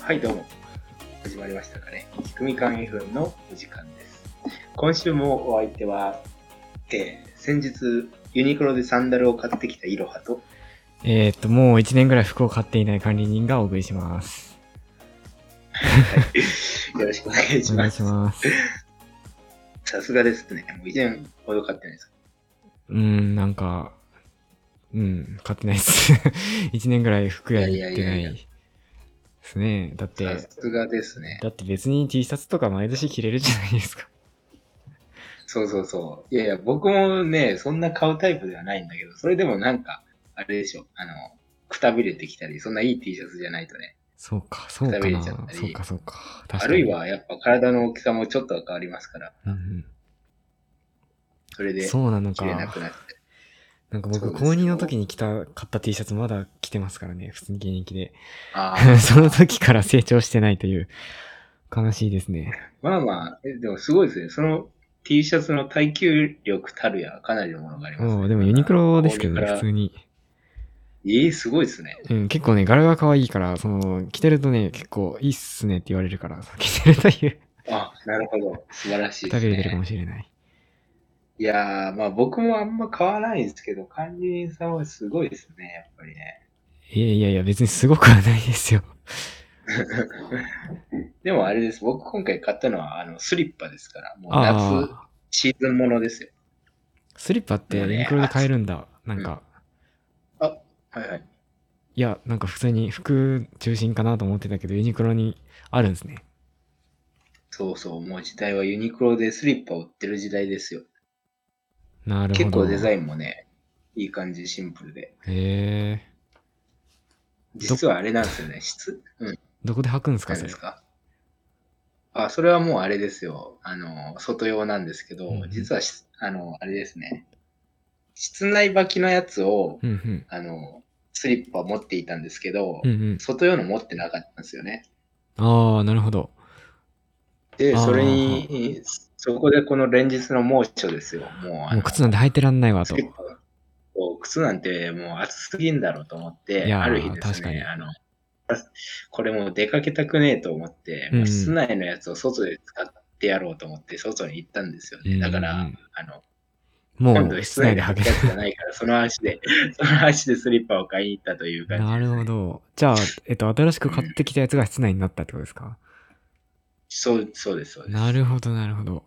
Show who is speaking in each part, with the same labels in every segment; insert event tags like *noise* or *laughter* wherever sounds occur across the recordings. Speaker 1: はい、どうも。始まりましたかね。仕組み館 FM のお時間です。今週もお相手は、えー先日、ユニクロでサンダルを買ってきたイロハと、 *laughs*
Speaker 2: えーっと、もう1年ぐらい服を買っていない管理人がお送りします。
Speaker 1: よろしくお願いし
Speaker 2: お願
Speaker 1: ま
Speaker 2: いし
Speaker 1: す。
Speaker 2: ます。
Speaker 1: さすがですね。もう1年ほど買ってないです。
Speaker 2: うーん、なんか、うん、買ってないっす。1年ぐらい服屋に行ってない
Speaker 1: いやいやいやいや
Speaker 2: ですね。だって、
Speaker 1: さすがですね。
Speaker 2: だって別に T シャツとか毎年着れるじゃないですか。
Speaker 1: そうそうそう。いやいや、僕もね、そんな買うタイプではないんだけど、それでもなんか、あれでしょ、あの、くたびれてきたり、そんないい T シャツじゃないとね。
Speaker 2: そうか、そう
Speaker 1: 食
Speaker 2: か
Speaker 1: べれ
Speaker 2: な。
Speaker 1: ちゃったり
Speaker 2: そうか、そうか。確かに
Speaker 1: あるい、は、やっぱ体の大きさもちょっとは変わりますから、
Speaker 2: うん
Speaker 1: それ
Speaker 2: うん、
Speaker 1: で、
Speaker 2: そうなの
Speaker 1: 着
Speaker 2: か。
Speaker 1: れなくなって。
Speaker 2: なんか
Speaker 1: そう
Speaker 2: 僕、
Speaker 1: ですよ
Speaker 2: 高2の時に着た、買った T シャツまだ着てますからね。普通に現役で。、
Speaker 1: ああ
Speaker 2: *laughs* その時から成長してないという、悲しいですね。
Speaker 1: まあまあ、えでもすごいですね。その T シャツの耐久力たるや、かなりのものがあります、
Speaker 2: もうでもユニクロですけど
Speaker 1: こ
Speaker 2: ね、
Speaker 1: れから
Speaker 2: 普通に。
Speaker 1: ええすごいですね。
Speaker 2: うん、結構ね、柄が可愛いから、その、着てるとね、結構いいっすねって言われるから、着てるという、
Speaker 1: あ、なるほど。素晴らしいで
Speaker 2: 食
Speaker 1: す
Speaker 2: べれてるか
Speaker 1: ね。
Speaker 2: もしれない。
Speaker 1: いやー、まあ僕もあんま買わないんですけど、管理人さんはすごいですね、やっぱりね。
Speaker 2: いやいやいや、別にすごくはないですよ。
Speaker 1: でもあれです。僕今回買ったのはあのスリッパですから、もう夏
Speaker 2: ああ、
Speaker 1: シーズンものですよ。
Speaker 2: スリッパってユニクロで買えるんだ。なんか、
Speaker 1: はいはい。
Speaker 2: いや、なんか普通に服中心かなと思ってたけど、ユニクロにあるんですね。
Speaker 1: そうそう、もう時代はユニクロでスリッパを売ってる時代ですよ。
Speaker 2: なるほど。
Speaker 1: 結構デザ
Speaker 2: イン。
Speaker 1: インもね、いい感じ、シンプルで。
Speaker 2: へえ。
Speaker 1: 実はあれなんですよね、質うん、
Speaker 2: どこで履くんですか、
Speaker 1: 何
Speaker 2: そ
Speaker 1: で
Speaker 2: れ
Speaker 1: す。かあ、それはもうあれですよ。あの、外用なんですけど、
Speaker 2: うんうん
Speaker 1: 実はし、あの、あれですね。室内履きのやつを、
Speaker 2: うんうん。
Speaker 1: あの、スリッパ持っていたんですけど、
Speaker 2: うんうん。
Speaker 1: 外用の持ってなかったんですよね。
Speaker 2: ああ、なるほど。
Speaker 1: で、
Speaker 2: あー
Speaker 1: それに、そこでこの連日の猛暑ですよ。もう、あ
Speaker 2: も
Speaker 1: の
Speaker 2: う靴なんて履いてらんないわ、
Speaker 1: ス
Speaker 2: と。
Speaker 1: リッパこう靴なんてもう暑すぎんだろうと思って、
Speaker 2: いやー
Speaker 1: ある日です
Speaker 2: 確かに
Speaker 1: ね、あの、これもう出かけたくねえと思って、
Speaker 2: うん
Speaker 1: もう室内のやつを外で使ってやろうと思って、外に行ったんですよね。だから、
Speaker 2: うんうんうん
Speaker 1: あの、
Speaker 2: も
Speaker 1: 今度
Speaker 2: う
Speaker 1: は
Speaker 2: 室
Speaker 1: 室
Speaker 2: 内
Speaker 1: 内
Speaker 2: で
Speaker 1: で
Speaker 2: 履
Speaker 1: 履
Speaker 2: け
Speaker 1: くや
Speaker 2: ない
Speaker 1: つがない
Speaker 2: *laughs*
Speaker 1: から、その足で、 *laughs* その足でスリッパを買いに行ったという感じ
Speaker 2: な
Speaker 1: です、
Speaker 2: るほ
Speaker 1: ね。
Speaker 2: ど。じゃあ、えっと、新しく買ってきたやつが室内になったってことですか、
Speaker 1: そう、そうです、そうです。
Speaker 2: なるほど、なるほど。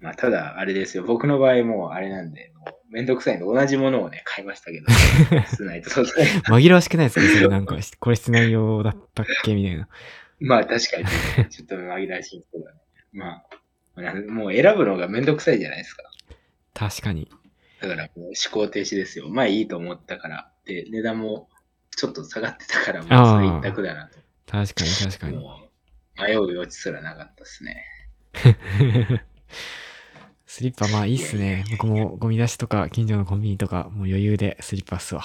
Speaker 1: まあ、ただ、あれですよ。僕の場合、もうあれなんで、もうめんどくさいんで、同じものをね、買いましたけど、
Speaker 2: *laughs*
Speaker 1: 室内と外で。
Speaker 2: 紛らわしくないですかそれなんか、 *laughs* これ室内用だったっけみたいな。
Speaker 1: まあ、確かに、
Speaker 2: *laughs*
Speaker 1: ちょっと紛らわしいんですけどね。まあな、もう選ぶのがめんどくさいじゃないですか。
Speaker 2: 確かに。
Speaker 1: だから、もう思考停止ですよ。まあ、いいと思ったから。で、値段もちょっと下がってたから、もうそれ一択だなと。
Speaker 2: 確かに、確かに。 *laughs*
Speaker 1: もう迷う余地すらなかったですね。
Speaker 2: スリッパ、まあいいっすね。僕もゴミ出しとか、近所のコンビニとか、もう余裕でスリッパっすわ。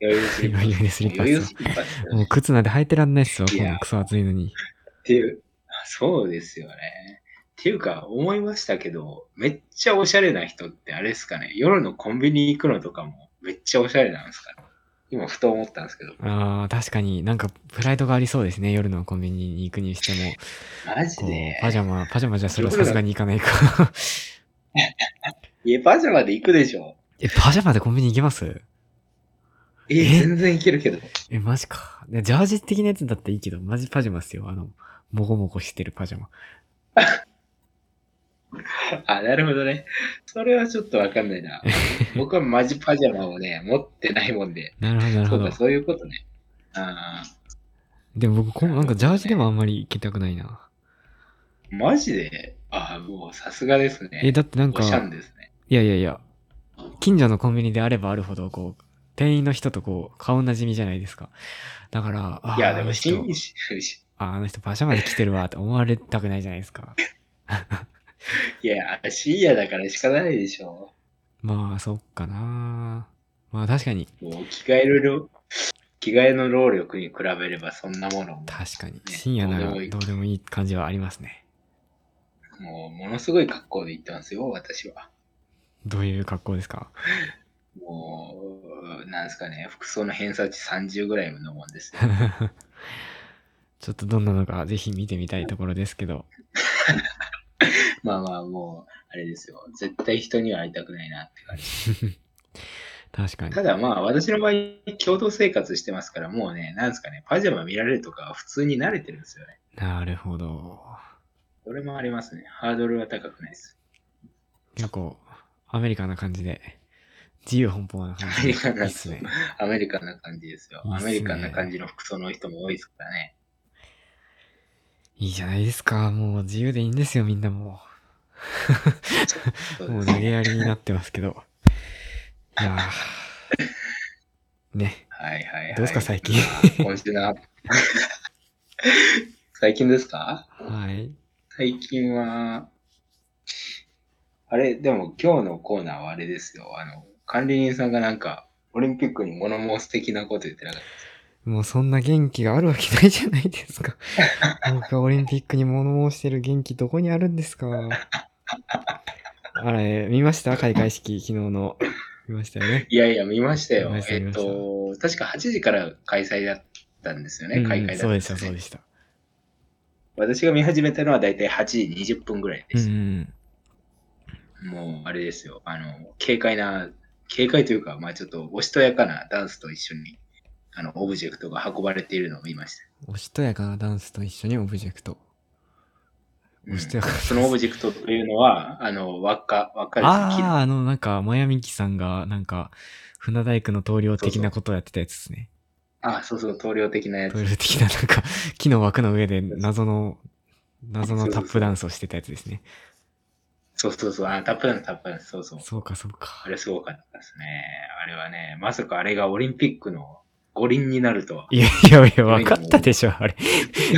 Speaker 1: 余裕スリッパ。
Speaker 2: 余裕でスリッパ
Speaker 1: 余裕スリッパですよ
Speaker 2: も
Speaker 1: ね
Speaker 2: う。靴なんて履いてらんないっすわ、
Speaker 1: い
Speaker 2: こ
Speaker 1: や
Speaker 2: のクソ暑いのに。
Speaker 1: っていう、そうですよね。っていうか、思いましたけど、めっちゃおしゃれな人ってあれですかね、夜のコンビニ行くのとかもめっちゃおしゃれなんですかね。今、ふと思ったんですけど、
Speaker 2: ああ、確かになんかプライドがありそうですね。夜のコンビニに行くにしても。
Speaker 1: マジ
Speaker 2: こ
Speaker 1: で
Speaker 2: う、。パジャマ、パジャマじゃそれはさすがに行かないか。
Speaker 1: いや、パジャマで行くでしょ。
Speaker 2: え、パジャマでコンビニ行けます
Speaker 1: え、
Speaker 2: え
Speaker 1: 全然行けるけど。
Speaker 2: え、マジか。でジャージ的なやつだったらいいけど、マジパジャマっすよ。あの、もこもこしてるパジャマ。
Speaker 1: あ、なるほどね。それはちょっとわかんない
Speaker 2: *laughs*
Speaker 1: な。僕はマジパジャマをね、持ってないもんで。
Speaker 2: なるほど、なる
Speaker 1: そ
Speaker 2: ほ
Speaker 1: うか、
Speaker 2: ど。
Speaker 1: そういうことね。ああ、
Speaker 2: でも僕こん、なんかジャージでもあんまり行きたくないな。
Speaker 1: マジで。ああ、もうさすがですね。
Speaker 2: え、だってなん
Speaker 1: お
Speaker 2: か、
Speaker 1: しゃんですね。
Speaker 2: いやいやいや、近所のコンビニであればあるほど、こう、店員の人とこう、顔なじみじゃないですか。だから、あー
Speaker 1: いや、
Speaker 2: あ
Speaker 1: で
Speaker 2: の
Speaker 1: も、
Speaker 2: 人
Speaker 1: 新し
Speaker 2: あー、あの人パジャマで来てるわって思われたくないじゃないですか。 *laughs*
Speaker 1: いや、深夜だから仕方ないでしょ。
Speaker 2: まあ、そっかな。まあ確かに、
Speaker 1: もう着替える量、着替えの労力に比べればそんなものも、
Speaker 2: 確かに、深夜なら
Speaker 1: どうでもいい
Speaker 2: どうでもいい感じはありますね。
Speaker 1: もうものすごい格好で行ってますよ、私は。
Speaker 2: どういう格好ですか
Speaker 1: もう、なんですかね、服装の偏差値30ぐらいのもんですよ。
Speaker 2: *laughs* ちょっとどんなのかぜひ見てみたいところですけど。
Speaker 1: まあまあ、もう、あれですよ。絶対人には会いたくないなって感
Speaker 2: *laughs*
Speaker 1: じ。
Speaker 2: 確かに。
Speaker 1: ただまあ、私の場合、共同生活してますから、もうね、なんですかね、パジャマ見られるとかは普通に慣れてるんですよね。
Speaker 2: なるほど。
Speaker 1: それもありますね。ハードルは高くないです。
Speaker 2: 結構、アメリカな感じで、自由奔放な感じで。い
Speaker 1: アメリカない
Speaker 2: っすね。
Speaker 1: アメリカンな感じですよ。
Speaker 2: いいっ
Speaker 1: ア
Speaker 2: すね
Speaker 1: メリカンな感じの服装の人も多いですからね。
Speaker 2: いいじゃないですか。もう自由でいいんですよ、みんなも
Speaker 1: そう
Speaker 2: う。も
Speaker 1: です
Speaker 2: う投げやりになってますけど。いやー。ね。
Speaker 1: はいはいはい。
Speaker 2: どうですか、
Speaker 1: *laughs*
Speaker 2: 最近。
Speaker 1: 今週の。 *laughs* 最近ですか
Speaker 2: はい。
Speaker 1: 最近は、あれ、でも今日のコーナーはあれですよ。あの、管理人さんがなんか、オリンピックに物申す的なこと言ってなかっ
Speaker 2: もうそんな元気があるわけないじゃないです
Speaker 1: *laughs*
Speaker 2: か。僕はオリンピックに物申してる元気どこにあるんですか。あれ、見ました開会式、昨日の。見ましたよね
Speaker 1: た。。いやいや、見ましたよ
Speaker 2: 見まし。た
Speaker 1: えっと、確か8時から開催だったんですよね、開会
Speaker 2: うん
Speaker 1: だ
Speaker 2: そ
Speaker 1: っ
Speaker 2: う
Speaker 1: たんです
Speaker 2: でし
Speaker 1: よね
Speaker 2: た、そうでした。
Speaker 1: 私が見始めたのは大体8時20分ぐらいで
Speaker 2: うん
Speaker 1: す
Speaker 2: う。ん
Speaker 1: もう、あれですよ。あの、軽快な、軽快というか、まあちょっとおしとやかなダンスと一緒に、あの、オブジェクトが運ばれているのを見ました。
Speaker 2: うん。おしとやかなダンスと一緒にオブジェクト。
Speaker 1: うん
Speaker 2: おしとやかなダンス
Speaker 1: そのオブジェクトというのは、あの、輪っか、輪っかですね
Speaker 2: ああ、あの、なんか、マヤミキさんが、なんか、船大工の棟梁的なことをやってたやつですね。
Speaker 1: あ、そうそう、棟梁的なや
Speaker 2: 棟
Speaker 1: つ。
Speaker 2: 梁的な、なんか、木の枠の上で謎の、謎のタップダンスをしてたやつですね。
Speaker 1: そうそうそう、あ、タップダンス、タップダンス、そうそう。
Speaker 2: そうか、そう
Speaker 1: あ
Speaker 2: か。
Speaker 1: れすごかったですね。あれはね、まさかあれがオリンピックの五輪になるとは。
Speaker 2: いやいやいや、分かったでしょ、あ
Speaker 1: *laughs*
Speaker 2: れ。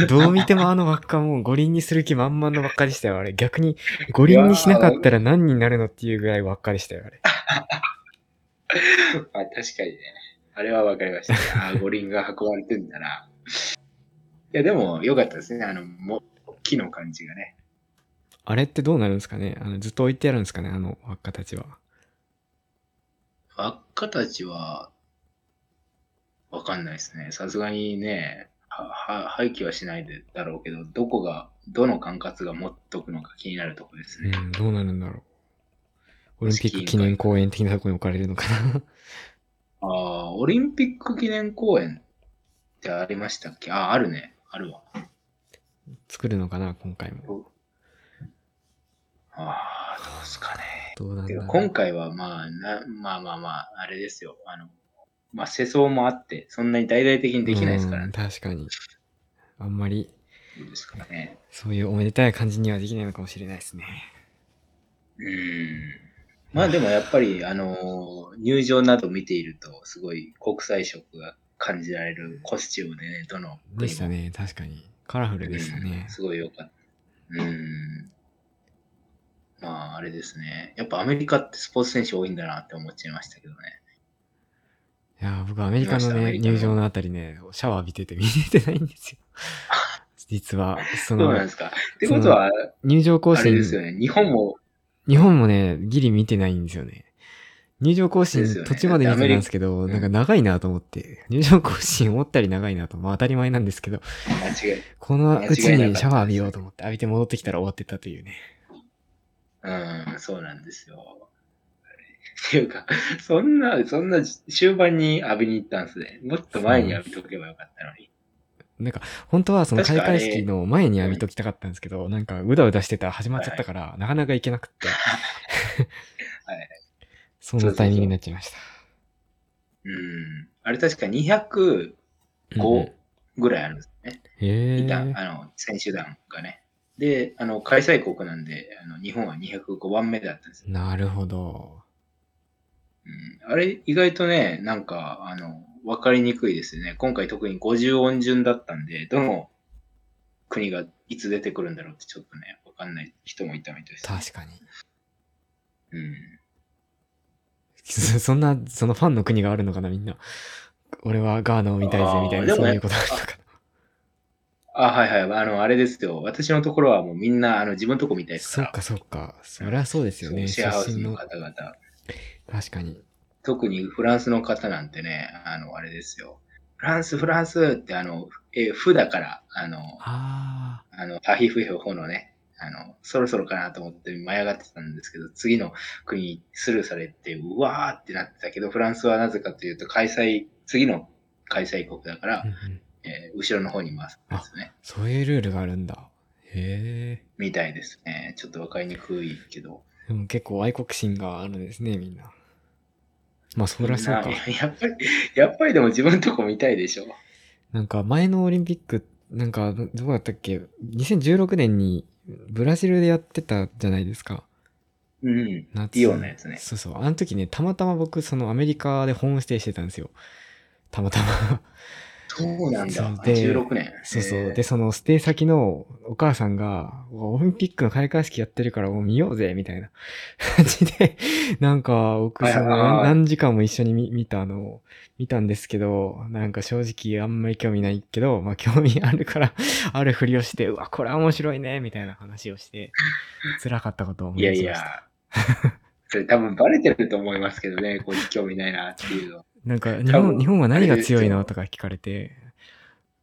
Speaker 2: どう見てもあの輪っかもう五輪にする気満々の輪っかでしたよ、あれ。逆に五輪にしなかったら何になるのっていうぐらい輪っかでしたよ、あれ。
Speaker 1: まあ確かにね。あれは分かりました、ね。あ
Speaker 2: *laughs*
Speaker 1: ー、五輪が運ばれてんだな。いや、でも良かったですね。あの、も木の感じがね。
Speaker 2: あれってどうなるんですかねあのずっと置いてあるんですかねあの輪っかたちは。
Speaker 1: 輪っかたちは、わかんないですね。さすがにね、はは廃棄はしないでだろうけど、どこが、どの管轄が持っとくのか気になるとこです
Speaker 2: う
Speaker 1: ね。
Speaker 2: ん、どうなるんだろう。オリンピック記念公園的なとこに置かれるのかな *laughs*
Speaker 1: ああ、オリンピック記念公園ってありましたっけあ、あるね。あるわ。
Speaker 2: 作るのかな今回も。
Speaker 1: ああ、どうですかね。
Speaker 2: どうなんだ
Speaker 1: て
Speaker 2: ろ
Speaker 1: か
Speaker 2: う。
Speaker 1: 今回はまあな、まあまあまあ、あれですよ。あの、まあ世相もあって、そんなに大々的にできないですから
Speaker 2: うん
Speaker 1: ね。
Speaker 2: 確かに。あんまり、
Speaker 1: どうですかね。
Speaker 2: そういうおめでたい感じにはできないのかもしれないですね。
Speaker 1: うん。まあでもやっぱり、あの、入場など見ていると、すごい国際色が感じられるコスチュームでね、どの国も
Speaker 2: でしたね、確かに。カラフルでしたね
Speaker 1: うん。すごい良かった。うん。まあ、あれですね。やっぱアメリカってスポーツ選手多いんだなって思っちゃいましたけどね。
Speaker 2: いやー、僕アメリカの
Speaker 1: 見ましたアメ
Speaker 2: ね、
Speaker 1: リカの
Speaker 2: 入場のあたりね、シャワー浴びてて見 *laughs* れてない
Speaker 1: *laughs*
Speaker 2: んですよ。実は、そ
Speaker 1: そうなん
Speaker 2: の
Speaker 1: で、すか。ってことは、
Speaker 2: 入場行
Speaker 1: あれ
Speaker 2: 進、
Speaker 1: ですよね。日本も、
Speaker 2: 日本もね、ギリ見てないんですよね。入場更新、
Speaker 1: ですよね
Speaker 2: 途中まで見てたんですけど、
Speaker 1: リ
Speaker 2: なんか長いなと思って、入場更新思ったより長いなと、まあ当たり前なんですけど、
Speaker 1: 間違い、
Speaker 2: このうち
Speaker 1: 間違いなかったで
Speaker 2: に
Speaker 1: す
Speaker 2: シャワー浴びようと思って、浴びて戻ってきたら終わってたというね。
Speaker 1: うん、そうなんですよ。っていうか、そんな、そんな終盤に浴びに行ったんですね。もっと前に浴びとけばよかったのに。
Speaker 2: なんか、本当はその開
Speaker 1: 確かに
Speaker 2: 会式の前に浴びときたかったんですけど、なんかうだうだしてたら始まっちゃったから、なかなか行けな
Speaker 1: *laughs*
Speaker 2: くって。
Speaker 1: はい
Speaker 2: そんなタイミングになっちゃいました。
Speaker 1: うん。あれ確か205
Speaker 2: うんうん
Speaker 1: ぐらいあるんですね。
Speaker 2: へ
Speaker 1: いた、あ
Speaker 2: え。
Speaker 1: の、選手団がね。で、あの、開催国なんで、あの日本は205番目だったんですよ、
Speaker 2: なるほど。
Speaker 1: うん。あれ、意外とね、なんか、あの、わかりにくいですよね。今回特に50音順だったんで、どの国がいつ出てくるんだろうってちょっとね、わかんない人もいたみたいです、
Speaker 2: 確かに。
Speaker 1: うん。
Speaker 2: そそんな、そのファンの国があるのかな、みんな。俺はガーナを見たい
Speaker 1: あ
Speaker 2: ぜ、
Speaker 1: ー
Speaker 2: みたい
Speaker 1: で
Speaker 2: な、
Speaker 1: も
Speaker 2: そう
Speaker 1: ね
Speaker 2: いうことだったか
Speaker 1: あ、はいはい。あの、あれですよ。私のところはもうみんな、あの、自分のとこみたい
Speaker 2: な。
Speaker 1: ですか
Speaker 2: そ
Speaker 1: ら。
Speaker 2: うか、そうか。そりゃそうですよね。
Speaker 1: シ
Speaker 2: 出
Speaker 1: ェアハウス
Speaker 2: 身
Speaker 1: の
Speaker 2: の。
Speaker 1: 方々。
Speaker 2: 確かに。
Speaker 1: 特にフランスの方なんてね、あの、あれですよ。フランス、フランスって、あの、えー、ふだから、あの、
Speaker 2: ああ。
Speaker 1: あの、ハヒフヒホのね、あの、そろそろかなと思って舞い上がってたんですけど、次の国スルーされて、うわーってなってたけど、フランスはなぜかというと、開催、次の開催国だから
Speaker 2: う、んうん
Speaker 1: えー後ろの方に回すんですね。
Speaker 2: そういうルールがあるんだ。へえ。
Speaker 1: みたいですね。ちょっとわかりにくいけど。
Speaker 2: でも結構愛国心があるんですね、みんな。まあ、そりゃそうか
Speaker 1: みん。なやっぱり、やっぱりでも自分のとこ見たいでしょ。
Speaker 2: なんか前のオリンピック、なんかどどうだったっけ ?2016 年にブラジルでやってたじゃないですか。
Speaker 1: うん。
Speaker 2: 夏
Speaker 1: リオのやつね
Speaker 2: そうそう。あの時ね、たまたま僕、そのアメリカでホームステイしてたんですよ。たまたま。
Speaker 1: そうなんだ。
Speaker 2: で
Speaker 1: 16年。
Speaker 2: そうそ
Speaker 1: へ
Speaker 2: う。
Speaker 1: ー
Speaker 2: で、そのステイ先のお母さんが、オリンピックの開会式やってるからもう見ようぜ、みたいな感じで、なんか、僕、
Speaker 1: はい
Speaker 2: そ
Speaker 1: はいはい
Speaker 2: の、何時間も一緒に見見たのを、見たんですけど、なんか正直あんまり興味ないけど、まあ興味あるから、あるふりをして、うわ、これ面白いね、みたいな話をして、辛かったことを思
Speaker 1: い
Speaker 2: い
Speaker 1: や
Speaker 2: 出
Speaker 1: い
Speaker 2: しま
Speaker 1: や
Speaker 2: した。。
Speaker 1: それ多分バレてると思いますけどね、こいつ興味ないなっていうの。
Speaker 2: なんか日
Speaker 1: 多分
Speaker 2: 本、日本は何が強い
Speaker 1: あ
Speaker 2: の
Speaker 1: れ
Speaker 2: とか聞かれて、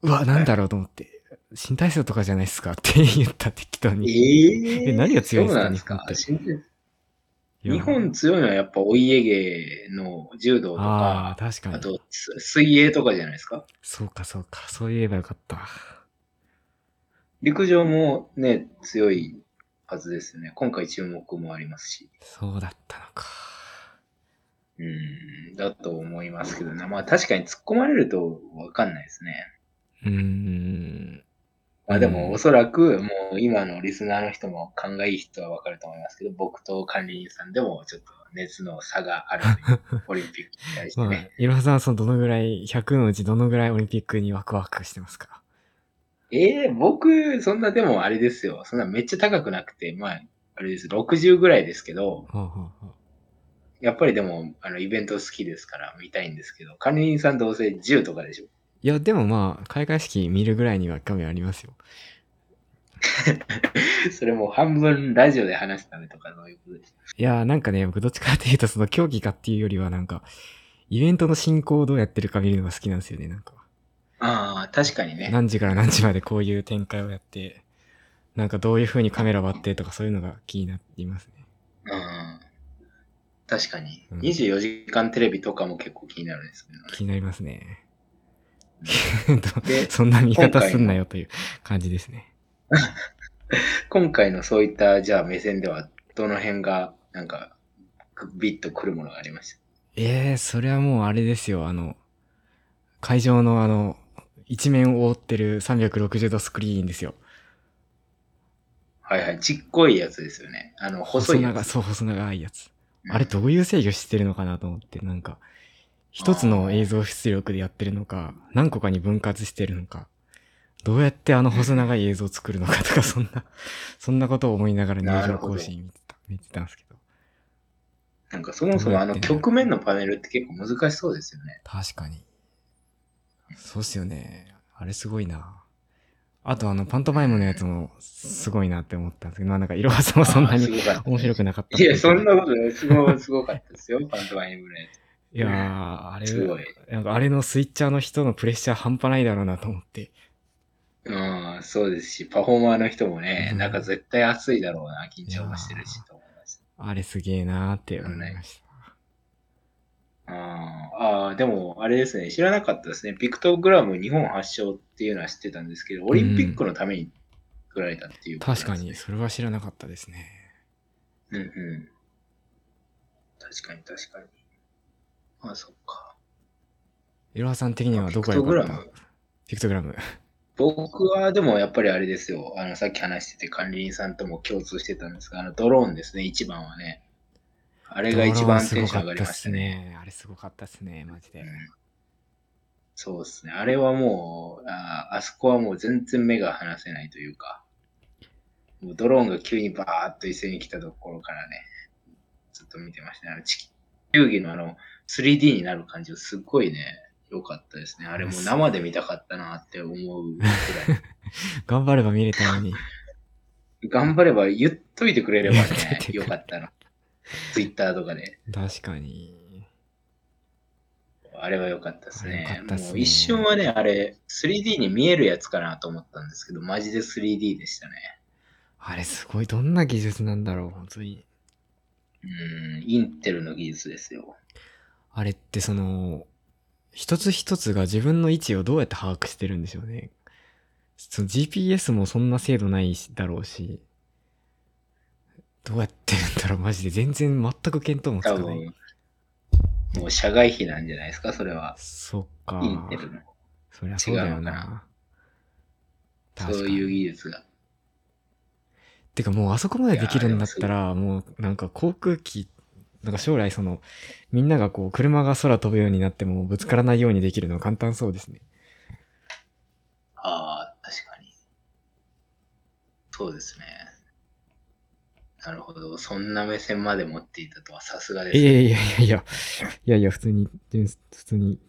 Speaker 2: うわ、なんだろうと思って、新体操とかじゃないっすかって言った適当
Speaker 1: え
Speaker 2: に。
Speaker 1: ー、
Speaker 2: え何が強いんですか
Speaker 1: そうなんですか
Speaker 2: 日
Speaker 1: 信じて
Speaker 2: いや
Speaker 1: 日本強いのはやっぱお家芸の柔道と
Speaker 2: ああ
Speaker 1: か、、
Speaker 2: 確か
Speaker 1: あ
Speaker 2: に。
Speaker 1: とす水泳とかじゃないですか。
Speaker 2: そうか、そうか。そう言えばよかった。
Speaker 1: 陸上もね、強いはずですよね。今回注目もありますし。
Speaker 2: そうだったのか。
Speaker 1: うん、だと思いますけどね。まあ確かに突っ込まれるとわかんないですね。
Speaker 2: うー
Speaker 1: *laughs*
Speaker 2: ん。
Speaker 1: まあで
Speaker 2: う
Speaker 1: も
Speaker 2: ん
Speaker 1: おそらくもう今のリスナーの人も勘がいい人はわかると思いますけど、僕と管理員さんでもちょっと熱の差があるというオリンピックに対して *laughs*
Speaker 2: まあ
Speaker 1: ね。、
Speaker 2: いろはさんはそのどのぐらい、100のうちどのぐらいオリンピックにワクワクしてますか
Speaker 1: ええ僕、そんなでもあれですよ。そんなめっちゃ高くなくて、まあ、あれです。60ぐらいですけど、
Speaker 2: ほうほうほう
Speaker 1: やっぱりでも、あの、イベント好きですから見たいんですけど、管理員さんどうせ10とかでしょ。
Speaker 2: いや、でもまあ、開会式見るぐらいには興味ありますよ。
Speaker 1: それもう半分ラジオで話すためとかそういうことです。
Speaker 2: いやーなんかね、僕どっちかっていうと、その競技かっていうよりは、なんか、イベントの進行をどうやってるか見るのが好きなんですよね、なんか。
Speaker 1: ああ、確かにね。
Speaker 2: 何時から何時までこういう展開をやって、なんかどういう風にカメラ割ってとかそういうのが気になっていますね。
Speaker 1: うん。確かに。
Speaker 2: うん
Speaker 1: 24時間テレビとかも結構気になるんですけどね。
Speaker 2: 気になりますね。 *laughs*
Speaker 1: で
Speaker 2: そんな見方すんなよという感じですね。
Speaker 1: 今回のそういった、じゃあ目線では、どの辺が、なんか、ぐビッとくるものがありました。
Speaker 2: ええー、それはもうあれですよ、あの、会場のあの、一面を覆ってる360度スクリーンですよ。
Speaker 1: はいはい。ちっこいやつですよね。あの、細いや
Speaker 2: 長
Speaker 1: つ。
Speaker 2: そう、細長いやつ。
Speaker 1: うん
Speaker 2: あれどういう制御してるのかなと思って、なんか、一つの映像出力でやってるのか、何個かに分割してるのか、どうやってあの細長い映像を作るのかとか、そんな、そんなことを思いながら
Speaker 1: な
Speaker 2: 入
Speaker 1: る
Speaker 2: 場
Speaker 1: ほど
Speaker 2: 更新見てた、見てたんですけど。
Speaker 1: なんかそもそもあの
Speaker 2: どうやってんだろう
Speaker 1: 局面のパネルって結構難しそうですよね。
Speaker 2: 確かに。そうっすよね。あれすごいな。あとあの、パントマイムのやつもすごいなって思ったんですけど、まあなんか、いろはさんはそんな
Speaker 1: あーす
Speaker 2: に
Speaker 1: ごかった
Speaker 2: 面白くなかった
Speaker 1: い
Speaker 2: っていう
Speaker 1: や、
Speaker 2: け
Speaker 1: そ
Speaker 2: ど。
Speaker 1: んなことない。すごい、すごかった
Speaker 2: *laughs*
Speaker 1: ですよ。パントマイムのや
Speaker 2: いやー、あ
Speaker 1: つ。すご
Speaker 2: れ、
Speaker 1: い。
Speaker 2: なんかあれのスイッチャーの人のプレッシャー半端ないだろうなと思って。
Speaker 1: うん、そうですし、パフォーマーの人もね、
Speaker 2: うん
Speaker 1: なんか絶対熱いだろうな、緊張もしてる
Speaker 2: いや
Speaker 1: し、と思いました。
Speaker 2: あれすげえなーって思いました。
Speaker 1: あーあー、でも、あれですね、知らなかったですね。ピクトグラム日本発祥っていうのは知ってたんですけど、オリンピックのために作られたっていうことなん
Speaker 2: 確
Speaker 1: です
Speaker 2: か
Speaker 1: ね、
Speaker 2: に、それは知らなかったですね。
Speaker 1: うんうん。確かに、確かに。ああ、そっか。
Speaker 2: いろはさん的にはどこが良かったピクトグラム。
Speaker 1: 僕は、でもやっぱりあれですよ。あの、さっき話してて管理員さんとも共通してたんですが、あの、ドローンですね、一番はね。あれが一番テンション上がりましたね。
Speaker 2: あれすごかったっすね、マジで。
Speaker 1: そうですね。あれはもう、あーあそこはもう全然目が離せないというか、もうドローンが急にバーっと一斉に来たところからね、ずっと見てましたね。あの地球儀のあの 3D になる感じがすっごいね、良かったですね。あれもう生で見たかったなって思うくら
Speaker 2: *laughs*
Speaker 1: い。
Speaker 2: 頑張れば見れたのに。
Speaker 1: 頑張れば言っといてくれれば
Speaker 2: 言っとい
Speaker 1: ね
Speaker 2: て、くれ
Speaker 1: 良かったの。Twitter とかで。
Speaker 2: 確かに。
Speaker 1: あれは良かったですね。
Speaker 2: あれ良かったっすね
Speaker 1: もう一瞬はね、あれ、3D に見えるやつかなと思ったんですけど、マジで 3D でしたね。
Speaker 2: あれすごい、どんな技術なんだろう、本当に。
Speaker 1: うん、インテルの技術ですよ。
Speaker 2: あれってその、一つ一つが自分の位置をどうやって把握してるんでしょうね。その GPS もそんな精度ないしだろうし、どうやってるんだろう、マジで。全然全く見当もつ
Speaker 1: 多
Speaker 2: かない。
Speaker 1: 分、もう社外費なんじゃないですか、それは。
Speaker 2: そっか
Speaker 1: イ。ンテルの。
Speaker 2: そりゃそうだよ
Speaker 1: 違うのか
Speaker 2: な。
Speaker 1: そ
Speaker 2: 確
Speaker 1: う
Speaker 2: か
Speaker 1: いう
Speaker 2: に。
Speaker 1: 技術が。
Speaker 2: てかもうあそこまでできるんだったら、もうなんか航空機、なんか将来その、みんながこう車が空飛ぶようになってもぶつからないようにできるのは簡単そうですね。
Speaker 1: ああ、確かに。そうですね。なるほど。そんな目線まで持っていたとはさすがです
Speaker 2: い
Speaker 1: ね。
Speaker 2: やいやいやいや、いやいや、普通に、純普通に、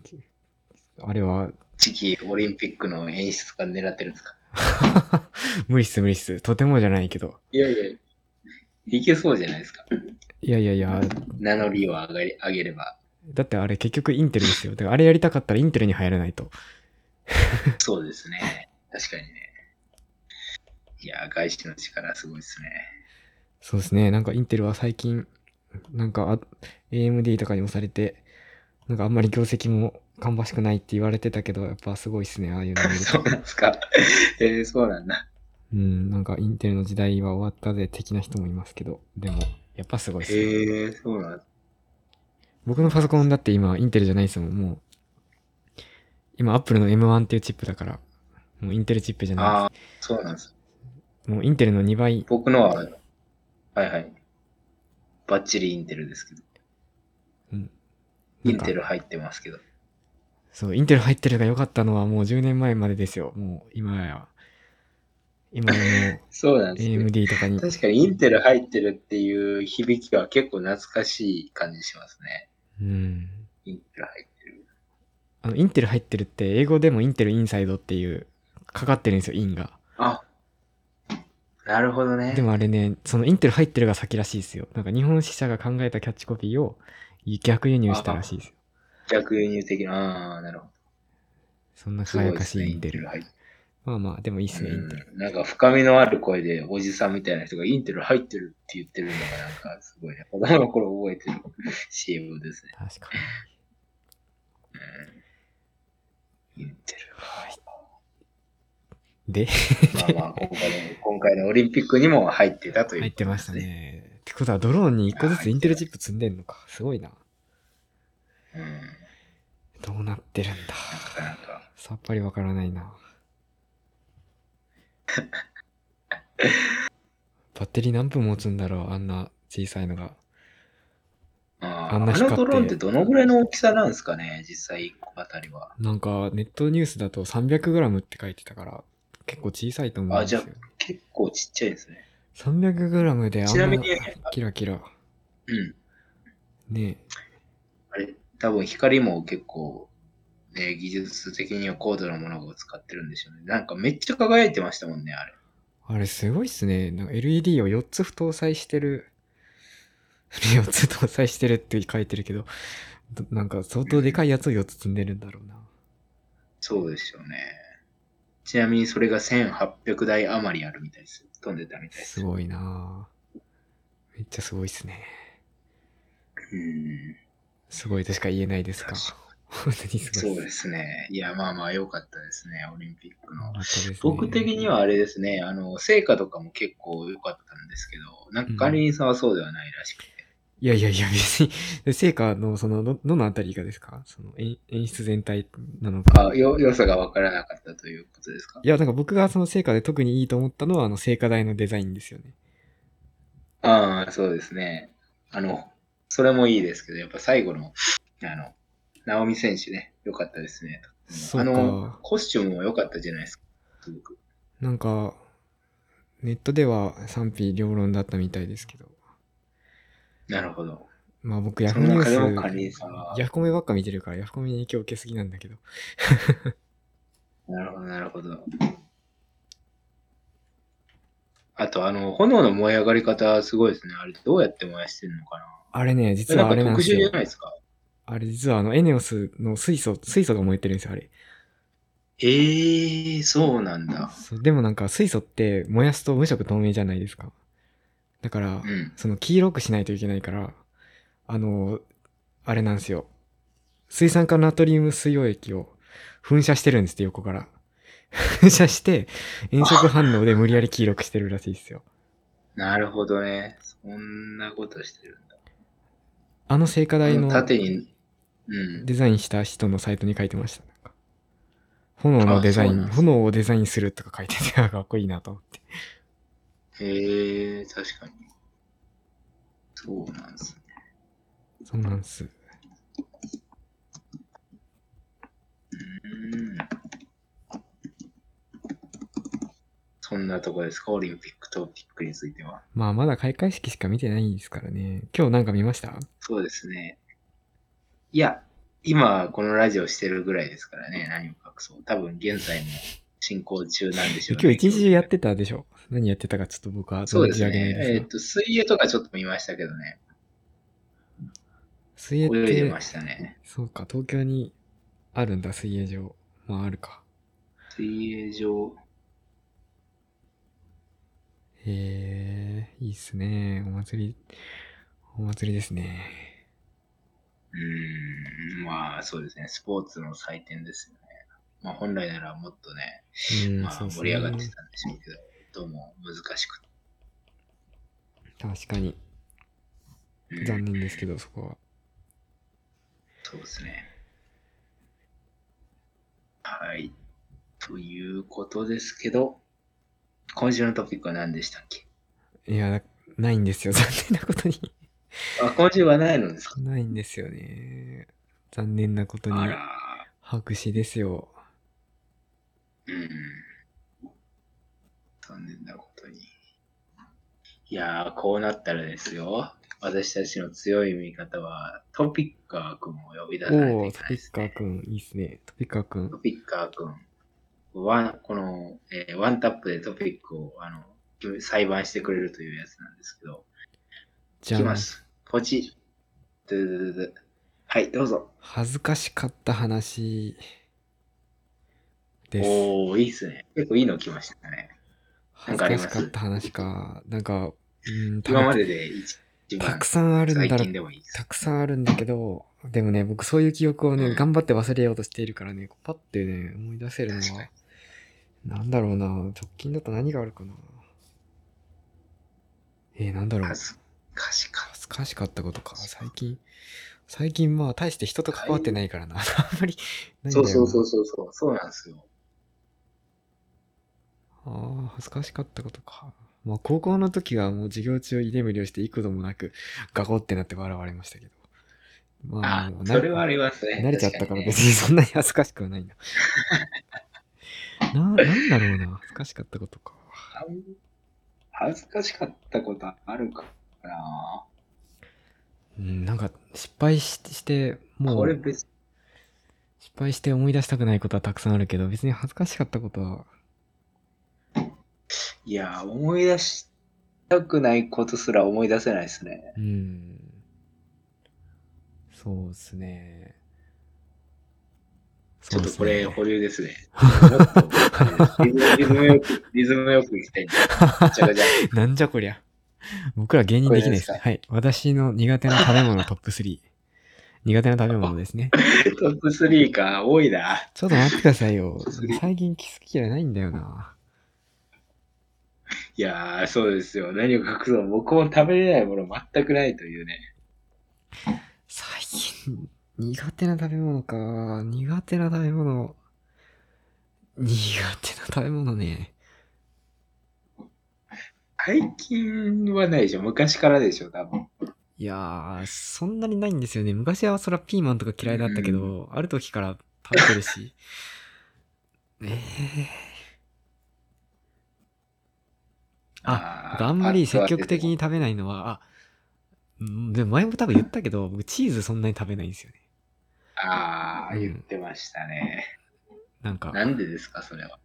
Speaker 2: あれは、 *laughs*
Speaker 1: 次期オリンピックの演出家狙ってるんですか
Speaker 2: 無理っす無理っす。とてもじゃないけど。
Speaker 1: いやいや。いけそうじゃないですか。
Speaker 2: いやいやいや、
Speaker 1: 名乗りを上げれ上げれば。
Speaker 2: だってあれ結局インテルですよ。だからあれやりたかったらインテルに入らないと。
Speaker 1: そうですね。確かにね。いやー、外資の力すごいですね。
Speaker 2: そうですね、なんかインテルは最近、なんかあ AMD とかにもされて、なんかあんまり業績も芳しくないって言われてたけど、やっぱすごいっすね、ああいうの見る
Speaker 1: *laughs* そう
Speaker 2: と。
Speaker 1: なんですか。えー、そうなんだ。
Speaker 2: うん、なんかインテルの時代は終わったぜ、的な人もいますけど、でも、やっぱすごいっすね。
Speaker 1: へえー、そうなんだ。
Speaker 2: 僕のパソコンだって今、インテルじゃないですもん、もう。今、アップルの M1 っていうチップだから、もうインテルチップじ
Speaker 1: あ
Speaker 2: ゃな
Speaker 1: あ、そうなんです。
Speaker 2: い。もうインテルの2倍、
Speaker 1: 僕のは、はいはい。バッチリインテルですけど。
Speaker 2: うん。
Speaker 1: イ
Speaker 2: なん
Speaker 1: ン
Speaker 2: か
Speaker 1: テル入ってますけど。
Speaker 2: そう、インテル入ってるが良かったのはもう10年前までですよ、もう今や。今やも
Speaker 1: そうなん
Speaker 2: う
Speaker 1: ですね。
Speaker 2: AMD とかに。
Speaker 1: 確かにインテル入ってるっていう響きは結構懐かしい感じしますね。
Speaker 2: うん。
Speaker 1: インテル入ってる。
Speaker 2: あの、インテル入ってるって、英語でもインテルインサイドっていう、かかってるんですよ、インが。
Speaker 1: あなるほどね。
Speaker 2: でもあれね、そのインテル入ってるが先らしいですよ。なんか日本支社が考えたキャッチコピーを逆輸入したらしいですよ。
Speaker 1: 逆輸入的な。ああー、なるほど。
Speaker 2: そんな
Speaker 1: すごい
Speaker 2: 輝
Speaker 1: で
Speaker 2: か
Speaker 1: す
Speaker 2: し
Speaker 1: ね。
Speaker 2: いイ
Speaker 1: イ
Speaker 2: ン
Speaker 1: ン
Speaker 2: テ
Speaker 1: テ
Speaker 2: ル
Speaker 1: ル。入って
Speaker 2: まあまあ、でもいいっすね、インテル。
Speaker 1: る。なんか深みのある声でおじさんみたいな人がインテル入ってるって言ってるのがなんかすごいね。子供の頃覚えてる CM ですね。
Speaker 2: 確かに。
Speaker 1: インテル。
Speaker 2: で、
Speaker 1: まあま
Speaker 2: *laughs*
Speaker 1: あ、今回の、今回のオリンピックにも入ってたという、
Speaker 2: 入ってました。ね。ってことは、ドローンに1個ずつインテルチップ積んでんのか。すごいな。
Speaker 1: うん。な
Speaker 2: どうなってるんだ。
Speaker 1: かなか。
Speaker 2: さっぱりわからな
Speaker 1: *laughs*
Speaker 2: いな。バッテリー何分持つんだろう、あんな小さいのが。
Speaker 1: あ
Speaker 2: あ
Speaker 1: あ
Speaker 2: んな光
Speaker 1: あの
Speaker 2: って
Speaker 1: ドローンってどのぐらいの大きさなんですかね、実際1個あたりは。
Speaker 2: なんか、ネットニュースだと 300g って書いてたから、結構小さいと思うんですよ
Speaker 1: あ。結構ちっちゃいですね。
Speaker 2: 300g であ
Speaker 1: ちなんみ
Speaker 2: な
Speaker 1: に、
Speaker 2: キラキラ。
Speaker 1: うん。
Speaker 2: ねえ。
Speaker 1: あれ、多分光も結構、ね、技術的には高度なものを使ってるんでしょうね。なんかめっちゃ輝いてましたもんね、あれ。
Speaker 2: あれすごいっすね。なんか LED を4つ搭載してる。4つ搭載してるって書いてるけど、どなんか相当でかいやつを4つ積んでるんだろうな。
Speaker 1: そうですよね。ちなみにそれが1800台余りあるみたいです。飛んでたみたいですす。
Speaker 2: ごいなぁめっちゃすごいっすね。
Speaker 1: うん。
Speaker 2: すごいとしか言えないですか
Speaker 1: 確。
Speaker 2: 本当にすごい
Speaker 1: そうですね。いや、まあまあ良かったですね、オリンピックの。
Speaker 2: すね
Speaker 1: 僕的にはあれですね、あの、成果とかも結構良かったんですけど、なんか管理人さんはそうではないらしくて。
Speaker 2: いやいやいや、別に、で成果の、その、ど、どのあたりがですかその演、演出全体なのか。
Speaker 1: あ、よ、良さが分からなかったということですか
Speaker 2: いや、なんか僕がその成果で特にいいと思ったのは、あの、成果台のデザインですよね。
Speaker 1: ああ、そうですね。あの、それもいいですけど、やっぱ最後の、あの、直美選手ね、良かったですね。
Speaker 2: そう
Speaker 1: あ
Speaker 2: か
Speaker 1: の、コスチュームも良かったじゃないですか。すごく
Speaker 2: なんか、ネットでは賛否両論だったみたいですけど。
Speaker 1: なるほど。
Speaker 2: まあ僕、ヤ
Speaker 1: そ
Speaker 2: フ
Speaker 1: の
Speaker 2: ニュ
Speaker 1: 中でも管理
Speaker 2: ー
Speaker 1: 人
Speaker 2: ス
Speaker 1: さんは、
Speaker 2: ヤフコメばっか見てるから、ヤフコメに影響受けすぎなんだけど。
Speaker 1: なるほど、なるほど。あと、あの、炎の燃え上がり方、すごいですね。あれ、どうやって燃やしてるのかな
Speaker 2: あれね、実
Speaker 1: な
Speaker 2: は
Speaker 1: んか
Speaker 2: あれなん
Speaker 1: 特
Speaker 2: です
Speaker 1: 殊じゃ
Speaker 2: よ
Speaker 1: な。いですか。
Speaker 2: あれ実はあの、エネオスの水素、水素が燃えてるんですよ、あれ。
Speaker 1: ええー、そうなんだ。
Speaker 2: そうでもなんか水素って燃やすと無色透明じゃないですか。だから
Speaker 1: う、ん。
Speaker 2: その黄色くしないといけないから、あの、あれなんですよ。水酸化ナトリウム水溶液を噴射してるんですって、横から。 *laughs* 噴射して、炎色反応で無理やり黄色くしてるらしいですよ。
Speaker 1: なるほどね。そんなことしてるんだ。
Speaker 2: あの聖火台の
Speaker 1: 縦に。うん。
Speaker 2: デザインした人のサイトに書いてました。なんか炎のデザイ
Speaker 1: あそうな
Speaker 2: ン、
Speaker 1: んです
Speaker 2: 炎をデザインするとか書いてて、あかっこいいなと思って。
Speaker 1: ええー、確かに。そうなんですね。
Speaker 2: そうなんです。
Speaker 1: うん。そんなとこですか、オリンピックトピックについては。
Speaker 2: まあ、まだ開会式しか見てないですからね。今日なんか見ました
Speaker 1: そうですね。いや、今、このラジオしてるぐらいですからね、何を隠そう。多分、現在も進行中なんでしょう、ね。
Speaker 2: 今日一日中やってたでしょ何やってたかちょっと僕は
Speaker 1: そうです
Speaker 2: 存じ上げ
Speaker 1: ね。
Speaker 2: ない
Speaker 1: え
Speaker 2: です
Speaker 1: っ、
Speaker 2: が
Speaker 1: と、水泳とかちょっと見ましたけどね、
Speaker 2: 水泳っ
Speaker 1: 泳いで
Speaker 2: て
Speaker 1: ま、したね。
Speaker 2: そうか、東京にあるんだ、水泳場。まあ、あるか。
Speaker 1: 水泳場、
Speaker 2: へえ、いいっすね。お祭り、お祭りですね。
Speaker 1: うーん、まあそうですね、スポーツの祭典ですよね。まあ本来ならもっとね、
Speaker 2: うん、
Speaker 1: まあ
Speaker 2: そうっす
Speaker 1: 盛
Speaker 2: ね
Speaker 1: り上がってたんでしょうけど、どうも難しくて。
Speaker 2: 確かに。
Speaker 1: うん
Speaker 2: 残念ですけど、そこは。
Speaker 1: そうですね。はい。ということですけど、今週のトピックは何でしたっけ
Speaker 2: いや、なないんですよ。 *laughs* 残念なことに。
Speaker 1: あ、今週はないのですか
Speaker 2: ないんですよね。残念なことに
Speaker 1: あ。ら
Speaker 2: 白紙ですよ。
Speaker 1: ー、うん。残念なことに。いやー、こうなったらですよ。私たちの強い味方はトピッカー君を呼び出
Speaker 2: お
Speaker 1: されて
Speaker 2: ー、
Speaker 1: い
Speaker 2: ト
Speaker 1: たん
Speaker 2: ピ
Speaker 1: で
Speaker 2: ッ
Speaker 1: す
Speaker 2: カー
Speaker 1: ね。
Speaker 2: くん、いいっすね。トピッカーくん
Speaker 1: ト。ピッカー君は、この、えーワンタップでトピックをあの裁判してくれるというやつなんですけど、
Speaker 2: じ
Speaker 1: いき
Speaker 2: ゃ
Speaker 1: ま
Speaker 2: あ、
Speaker 1: す。ポチ。ドゥドゥドゥドゥはい、どうぞ。
Speaker 2: 恥ずかしかった話です。
Speaker 1: おおいいっすね。結構いいの来ましたね。な
Speaker 2: 恥
Speaker 1: ん
Speaker 2: ず
Speaker 1: かあり
Speaker 2: か
Speaker 1: ま
Speaker 2: し
Speaker 1: す
Speaker 2: かった話か。なんか、うん、た
Speaker 1: 今までで一一
Speaker 2: た
Speaker 1: 番
Speaker 2: くさんあるん
Speaker 1: 最
Speaker 2: だろ
Speaker 1: 近でもいいです。
Speaker 2: たくさんあるんだけど、でもね、僕そういう記憶をね、
Speaker 1: うん
Speaker 2: 頑張って忘れようとしているからね、こうパッてね、思い出せるの
Speaker 1: 確か
Speaker 2: は、なんだろうな、直近だと何があるかな。えー、なんだろう。
Speaker 1: 恥ずかしかっ
Speaker 2: 恥ずかしかったことか、最近。最近まあ、大して人と関わってないからな。 *laughs* あんまり
Speaker 1: た。
Speaker 2: ないんだよな。
Speaker 1: そうそうそうそうそう、そうなんですよ。
Speaker 2: ああ、恥ずかしかったことか。まあ、高校の時はもう授業中居眠りをして幾度もなくガコってなって笑われましたけど。ま
Speaker 1: あ
Speaker 2: あ、慣、
Speaker 1: それはありますね。
Speaker 2: 慣れちゃったから
Speaker 1: 確に
Speaker 2: 別
Speaker 1: ね
Speaker 2: にそんなに恥ずかしくはないな。な、なんだろうな。恥ずかしかったことか。
Speaker 1: 恥ずかしかったことあるかな。
Speaker 2: うん、なんか失敗しして、も
Speaker 1: これ
Speaker 2: う
Speaker 1: 別
Speaker 2: 失敗して思い出したくないことはたくさんあるけど、別に恥ずかしかったことは、
Speaker 1: いや、思い出したくないことすら思い出せないですね。
Speaker 2: うん。そうですね。
Speaker 1: ちょっとこれ
Speaker 2: そうっすね
Speaker 1: 保留ですね。もっとリズムよく、リズムよくいきたいんで。ガチャガチャ。
Speaker 2: *laughs* なんじゃこりゃ。僕ら芸人できないですね。
Speaker 1: こ
Speaker 2: はい。私の苦手な食べ物トップ3。苦手な食べ物ですね。
Speaker 1: *laughs* トップ3か、多いな。
Speaker 2: ちょっと待ってくださいよ
Speaker 1: トップ3。
Speaker 2: 最近好き嫌いないんだよな。
Speaker 1: いやー、そうですよ。何を隠そう。僕も食べれないもの全くないというね。
Speaker 2: 最近、苦手な食べ物か。苦手な食べ物。苦手な食べ物ね。
Speaker 1: 最近はないでしょ。昔からでしょ、多分。
Speaker 2: いやー、そんなにないんですよね。昔はそらピーマンとか嫌いだったけど、
Speaker 1: う
Speaker 2: ある時から食べてるし。 *laughs* えー、
Speaker 1: あー
Speaker 2: あんまり積極的に。食べないのは、あ、うんでも前も多分言ったけど、僕チーズそんなに食べないんですよね。
Speaker 1: あー、言ってましたね。
Speaker 2: なんか、だ
Speaker 1: な
Speaker 2: か
Speaker 1: んでですか、それは。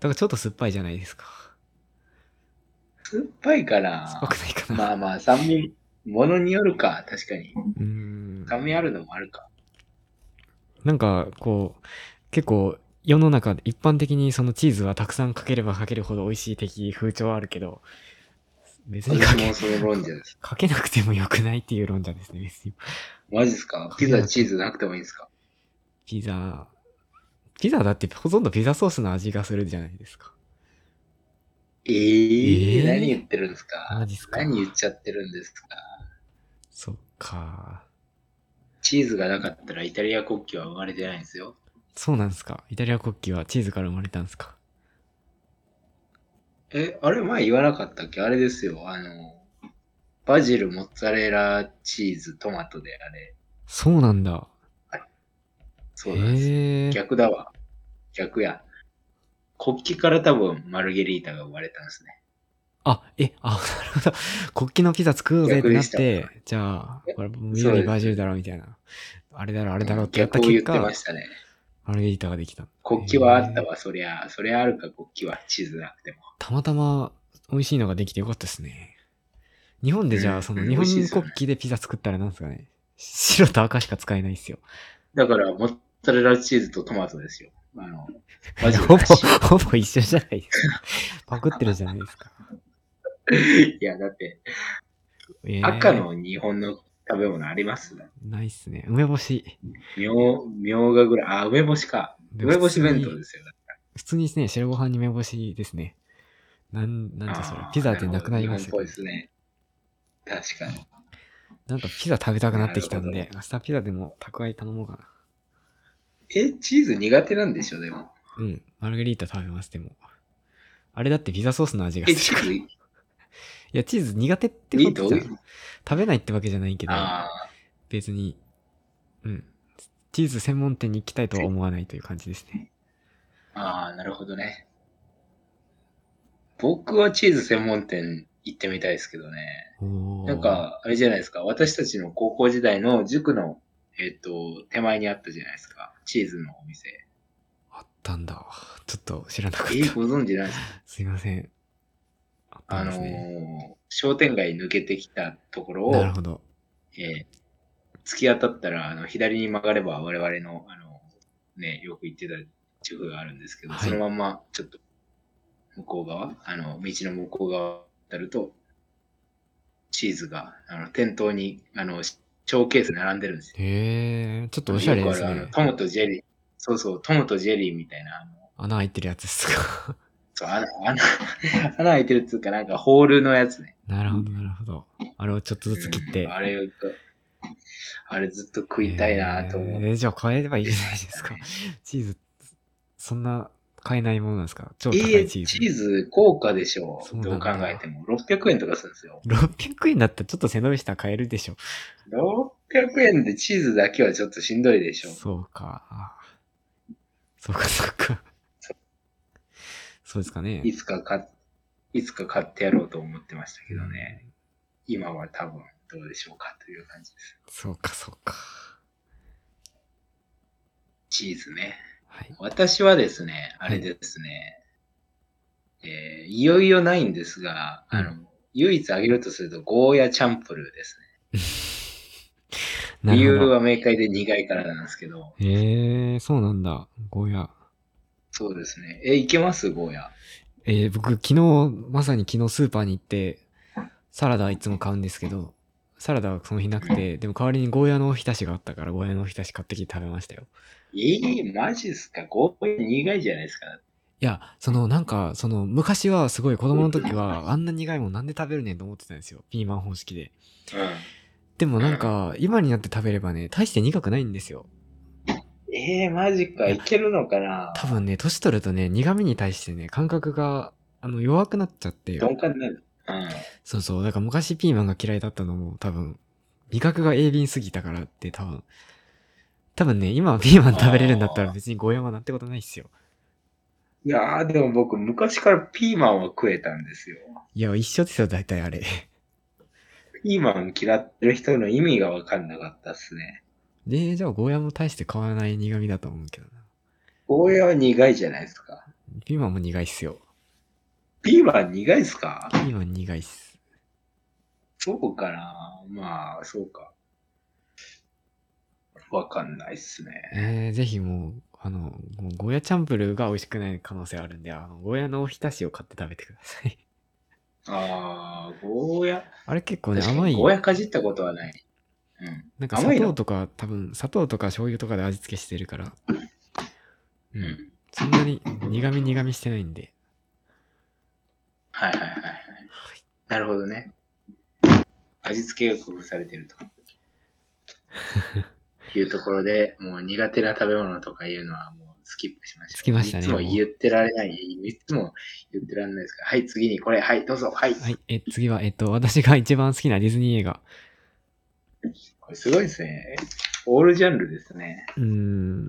Speaker 2: らちょっと酸っぱいじゃないですか。
Speaker 1: 酸っぱいか
Speaker 2: 酸っ
Speaker 1: な
Speaker 2: ぱ。くないかな。
Speaker 1: まあまあ、酸味、ものによるか、確かに。
Speaker 2: うん。
Speaker 1: 髪あるのもあるか。
Speaker 2: なんか、こう、結構、世の中で一般的にそのチーズはたくさんかければかけるほど美味しい的風潮はあるけど、別にか
Speaker 1: 私
Speaker 2: け
Speaker 1: もその論者です。
Speaker 2: かけなくてもよくないっていう論者ですね、別に。
Speaker 1: マジですかピザ、チーズなくてもいいんですか
Speaker 2: ピザ、ピザだってほとんどピザソースの味がするじゃないですか。
Speaker 1: えー、
Speaker 2: えー
Speaker 1: 何言ってるんですか
Speaker 2: マジっすか
Speaker 1: 何言っちゃってるんですか
Speaker 2: そっか。
Speaker 1: チーズがなかったらイタリア国旗は生まれてないんですよ。
Speaker 2: そうなんですか。イタリア国旗はチーズから生まれたんですか。
Speaker 1: え、あれ前言わなかったっけあれですよ。あの、バジル、モッツァレラ、チーズ、トマトであれ。
Speaker 2: そうなんだ。
Speaker 1: そうなんですよ。
Speaker 2: へー
Speaker 1: 逆だわ。逆や。国旗から多分マルゲリータが生まれたんですね。
Speaker 2: あ、え、あ、なるほど。国旗のピザ作ろうぜってなっ
Speaker 1: 逆で
Speaker 2: て、じゃあ
Speaker 1: え、
Speaker 2: これ、
Speaker 1: そうで
Speaker 2: 緑
Speaker 1: す
Speaker 2: バジルだろみたいな。あれだろ、あれだろってやっ
Speaker 1: 逆を
Speaker 2: た
Speaker 1: 言
Speaker 2: 結
Speaker 1: って
Speaker 2: 果
Speaker 1: ま、したね。
Speaker 2: マルゲリータができた。
Speaker 1: 国旗はあったわ、そりゃ。そりゃあるか、国旗は。チーズなくても。
Speaker 2: たまたま美味しいのができてよかったですね。日本でじゃ
Speaker 1: う
Speaker 2: あ、
Speaker 1: ん
Speaker 2: その
Speaker 1: うん
Speaker 2: 日本
Speaker 1: 美味しいで
Speaker 2: 国
Speaker 1: すよね
Speaker 2: 旗でピザ作ったらなんですかね。白と赤しか使えないっすよ。
Speaker 1: だから、モッツァレラチーズとトマトですよ。あの、マジ
Speaker 2: ほぼ
Speaker 1: でし。、
Speaker 2: ほぼ一緒じゃないです
Speaker 1: *laughs*
Speaker 2: か。パクってるじゃないですか。
Speaker 1: いや、だって、
Speaker 2: えー
Speaker 1: 赤の日本の食べ物あります
Speaker 2: ないっすね。梅干し。
Speaker 1: みょう、みょうがぐらい。あ、梅干しか。梅干し弁当ですよ。
Speaker 2: 普通にですね、白ご飯に梅干しですね。なん、なんかそれ、ピザってなくなりま
Speaker 1: あー
Speaker 2: す
Speaker 1: 日本っぽい
Speaker 2: よ
Speaker 1: ですね。確かに。
Speaker 2: なんかピザ食べたくなってきたん
Speaker 1: なる
Speaker 2: で、明日ピザでも宅配頼もうか
Speaker 1: え、チーズ苦手なんでしょ、でも。
Speaker 2: な。うん、マルゲリータ食べます、でも。あれだってピザソースの味が
Speaker 1: え、
Speaker 2: す
Speaker 1: チ
Speaker 2: るから。い
Speaker 1: ー
Speaker 2: や、チーズ苦手って
Speaker 1: ズい
Speaker 2: こ
Speaker 1: いと
Speaker 2: と
Speaker 1: 思
Speaker 2: じ
Speaker 1: う
Speaker 2: ゃん。食べないってわけじゃないけど、
Speaker 1: あ
Speaker 2: 別に、うん。チーズ専門店に行きたいとは思わないという感じですね。
Speaker 1: ーあー、なるほどね。僕はチーズ専門店行ってみたいですけどね。
Speaker 2: おー
Speaker 1: なん、か、あれじゃないですか。私たちの高校時代の塾の、えっ、と、手前にあったじゃないですか。チーズのお店。
Speaker 2: あったんだ。ちょっと知らなかっ
Speaker 1: えー
Speaker 2: た。
Speaker 1: ご存知ないですか
Speaker 2: すいません。あっ
Speaker 1: あ
Speaker 2: たん
Speaker 1: の
Speaker 2: ですね。
Speaker 1: ー商店街抜けてきたところを、
Speaker 2: なるほど。
Speaker 1: えー突き当たったら、あの、左に曲がれば我々の、あの、ね、よく行ってた塾があるんですけど、
Speaker 2: はい
Speaker 1: そのまんま、ちょっと、向こう側、あの、道の向こう側になると、チーズが、あの、店頭に、あの、ショーケース並んでるんですよ。
Speaker 2: へえ、ちょっとおしゃれです
Speaker 1: よくある
Speaker 2: ね
Speaker 1: あの。トムとジェリー、そうそう、トムとジェリーみたいな、あの
Speaker 2: 穴開いてるやつですか。 *laughs*
Speaker 1: そう穴、穴、穴 *laughs* 開いてるっつうか、なんかホールのやつね。
Speaker 2: なるほど、なるほど。あれをちょっとずつ切って。
Speaker 1: うんあれを、あれずっと食いたいなと思っ
Speaker 2: えーじゃあ買えればいいじゃないで
Speaker 1: *laughs*
Speaker 2: すか。チーズ、そんな買えないものなんですか超
Speaker 1: え
Speaker 2: 高
Speaker 1: え
Speaker 2: いチ
Speaker 1: チ
Speaker 2: ーズ。
Speaker 1: ーズ高価でしょ
Speaker 2: そう
Speaker 1: う。
Speaker 2: なんだ
Speaker 1: どう考えても。600円とかするんですよ。
Speaker 2: 600円だったらちょっと背伸びしたら買えるでしょ。
Speaker 1: 600円でチーズだけはちょっとしんどいでしょう。
Speaker 2: そうか。そうか、そうか。そうですかね。
Speaker 1: いつか買っ、いつか買ってやろうと思ってましたけどね。今は多分どうでしょうかという感じです。
Speaker 2: そうか、そうか。
Speaker 1: チーズね。
Speaker 2: はい。
Speaker 1: 私はですね、あれですね、えーいよいよないんですが、あの、唯一あげるとするとゴーヤチャンプルーですね。
Speaker 2: な
Speaker 1: 理由
Speaker 2: るほど。
Speaker 1: は明快で苦いからなんですけど、
Speaker 2: えー、そうなんだ。ゴーヤ。
Speaker 1: そうですね。え、いけますゴーヤ。
Speaker 2: えー僕昨日、まさに昨日スーパーに行って、サラダいつも買うんですけど、サラダはその日なくて、でも代わりにゴーヤのおひたしがあったから、ゴーヤのおひたし買ってきて食べましたよ。
Speaker 1: えー、マジっすかゴーヤ苦いじゃないですか。
Speaker 2: いや、そのなんか、その昔はすごい子供の時は、あんな苦いもんなんで食べるねんと思ってたんですよ。ピーマン方式で。でもなんか、今になって食べればね、大して苦くないんですよ。
Speaker 1: うん。えー、マジか。いけるのかな
Speaker 2: 多分ね、年取るとね、苦味に対してね、感覚が、あの、弱くなっちゃって。
Speaker 1: 鈍感になる。うん。
Speaker 2: そうそう。だから昔ピーマンが嫌いだったのも多分、味覚が鋭敏すぎたからって多分、多分ね、今ピーマン食べれるんだったら別にゴーヤマなんてことないっすよ。
Speaker 1: いやー、でも僕、昔からピーマンは食えたんですよ。
Speaker 2: いや、一緒ですよ、大体あれ。
Speaker 1: ピーマン嫌ってる人の意味がわかんなかったっすね。
Speaker 2: で、じゃあゴーヤも大して変わらない苦味だと思うけどな。
Speaker 1: ゴーヤは苦いじゃないですか。
Speaker 2: ピーマンも苦いっすよ。
Speaker 1: ピーマン苦いっすか
Speaker 2: ピーマン苦いっす。
Speaker 1: そうかな。まあ、そうか。わかんないっすね。
Speaker 2: えーぜひもう、あの、もうゴーヤチャンプルーが美味しくない可能性あるんで、あの、ゴーヤのおひたしを買って食べてください。 *laughs*
Speaker 1: ああ、ゴーヤ。
Speaker 2: あれ結構ね、
Speaker 1: 確か
Speaker 2: 甘
Speaker 1: に
Speaker 2: い。
Speaker 1: ゴーヤかじったことはない。うん。
Speaker 2: なんか
Speaker 1: 甘
Speaker 2: 砂
Speaker 1: いの
Speaker 2: 糖とか、多分、砂糖とか醤油とかで味付けしてるから。う。
Speaker 1: うんん。
Speaker 2: そんなに苦味苦味してないんで。
Speaker 1: はいはいはいはい。なるほどね。味付けが工夫されてる
Speaker 2: *laughs*
Speaker 1: と。いうところで、もう苦手な食べ物とかいうのはもうスキップしました。
Speaker 2: スキップしましたね
Speaker 1: いつも言ってられない。いつも言ってられないですから。はい、次にこれ、はい、どうぞ、はい。
Speaker 2: はい。え、次は、えっと、私が一番好きなディズニー映画。
Speaker 1: これすごいですね。オールジャンルですね。
Speaker 2: うーん。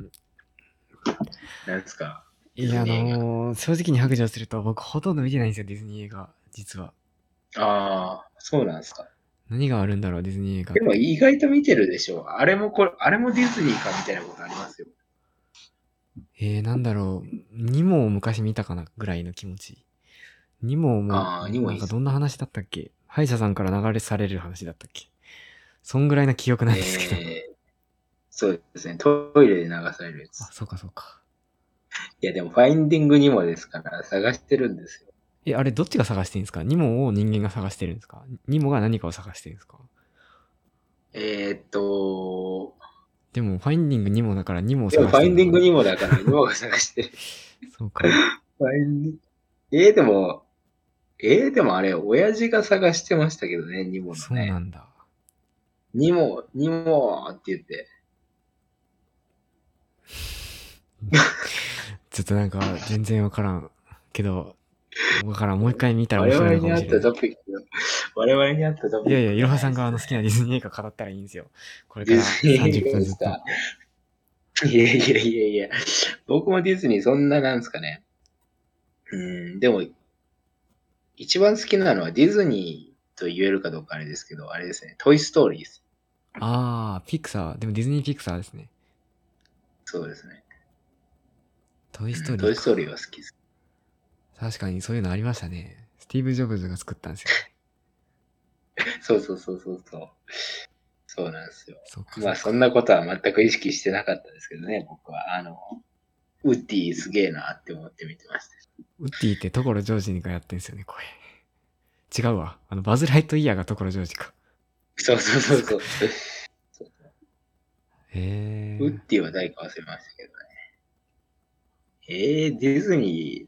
Speaker 1: なんですか。
Speaker 2: いや、あ
Speaker 1: ディズニー映画
Speaker 2: のー正直に白状すると、僕ほとんど見てないんですよ、ディズニー映画。実は。
Speaker 1: ああ、そうなんですか。
Speaker 2: 何があるんだろう、ディズニー映画
Speaker 1: で。も意外と見てるでしょう。あれもこれ、あれもディズニーかみたいなことありますよ。
Speaker 2: えー、なんだろう。ニモを昔見たかなぐらいの気持ち。ニモも、
Speaker 1: あーニモ
Speaker 2: ない
Speaker 1: い
Speaker 2: ん
Speaker 1: っす
Speaker 2: かどんな話だったっけ歯医者さんから流れされる話だったっけそんぐらいな記憶なんですけど。
Speaker 1: えーそうですね。トイレで流されるやつ
Speaker 2: あ、。そうかそうか。
Speaker 1: いや、でも、ファインディングにもですから、探してるんですよ。
Speaker 2: え、あれどっちが探してるんですかニモを人間が探してるんですかニモが何かを探してるんですか
Speaker 1: えー、っと、
Speaker 2: でも、ファインディングニモだからニモを
Speaker 1: で
Speaker 2: 探
Speaker 1: も
Speaker 2: し
Speaker 1: フ
Speaker 2: て
Speaker 1: ァイ
Speaker 2: る
Speaker 1: ン
Speaker 2: のか
Speaker 1: ディング
Speaker 2: な。
Speaker 1: にもだから、今が探してる。
Speaker 2: そうか。
Speaker 1: ファインディング。えー、でも、えー、でもあれ、親父が探してましたけどね、ニモ
Speaker 2: そ
Speaker 1: の
Speaker 2: うな
Speaker 1: ね。
Speaker 2: んだ。
Speaker 1: ニモ、ニモって言って。
Speaker 2: ちょっとなんか、全然わからん。けど、わからん。もう一回見たら
Speaker 1: 我
Speaker 2: 面白
Speaker 1: 々
Speaker 2: いか
Speaker 1: に
Speaker 2: も
Speaker 1: あっ
Speaker 2: しれ
Speaker 1: た
Speaker 2: ない
Speaker 1: ト。ピックが、我々にあったトピック。
Speaker 2: いやいや、いろはさんがあの好きなディズニー映画語ったらいいんですよ。これか
Speaker 1: デ
Speaker 2: ら
Speaker 1: ィズニー
Speaker 2: 30
Speaker 1: 映画
Speaker 2: 分
Speaker 1: で
Speaker 2: ずっ
Speaker 1: す
Speaker 2: と。
Speaker 1: か。いやいやいやいや、僕もディズニーそんななんですかね。うん、でも、一番好きなのはディズニーと言えるかどうかあれですけど、あれですね、トイ・ストーリーです。
Speaker 2: あー、ピクサー。でもディズニーピクサーですね。
Speaker 1: そうですね。
Speaker 2: トイ・ス
Speaker 1: う
Speaker 2: トー
Speaker 1: ん
Speaker 2: リ
Speaker 1: トイ・
Speaker 2: ー
Speaker 1: ス
Speaker 2: か。
Speaker 1: トーリーは好きです。
Speaker 2: 確かにそういうのありましたね。スティーブ・ジョブズが作ったんですよ。
Speaker 1: そうそうそうそうそう。そうなんですよ。
Speaker 2: そうか。
Speaker 1: まあ、そんなことは全く意識してなかったですけどね、僕は。あの、ウッディすげえなって思って見てました。
Speaker 2: ウッディって所ジョージがやってんすよね、これ。違うわ。あの、バズ・ライトイヤーが所ジョージか。
Speaker 1: そうそうそうそう。
Speaker 2: *laughs* へ
Speaker 1: ウッ
Speaker 2: え。
Speaker 1: ディは誰か忘れましたけどね。えー、ディズニー、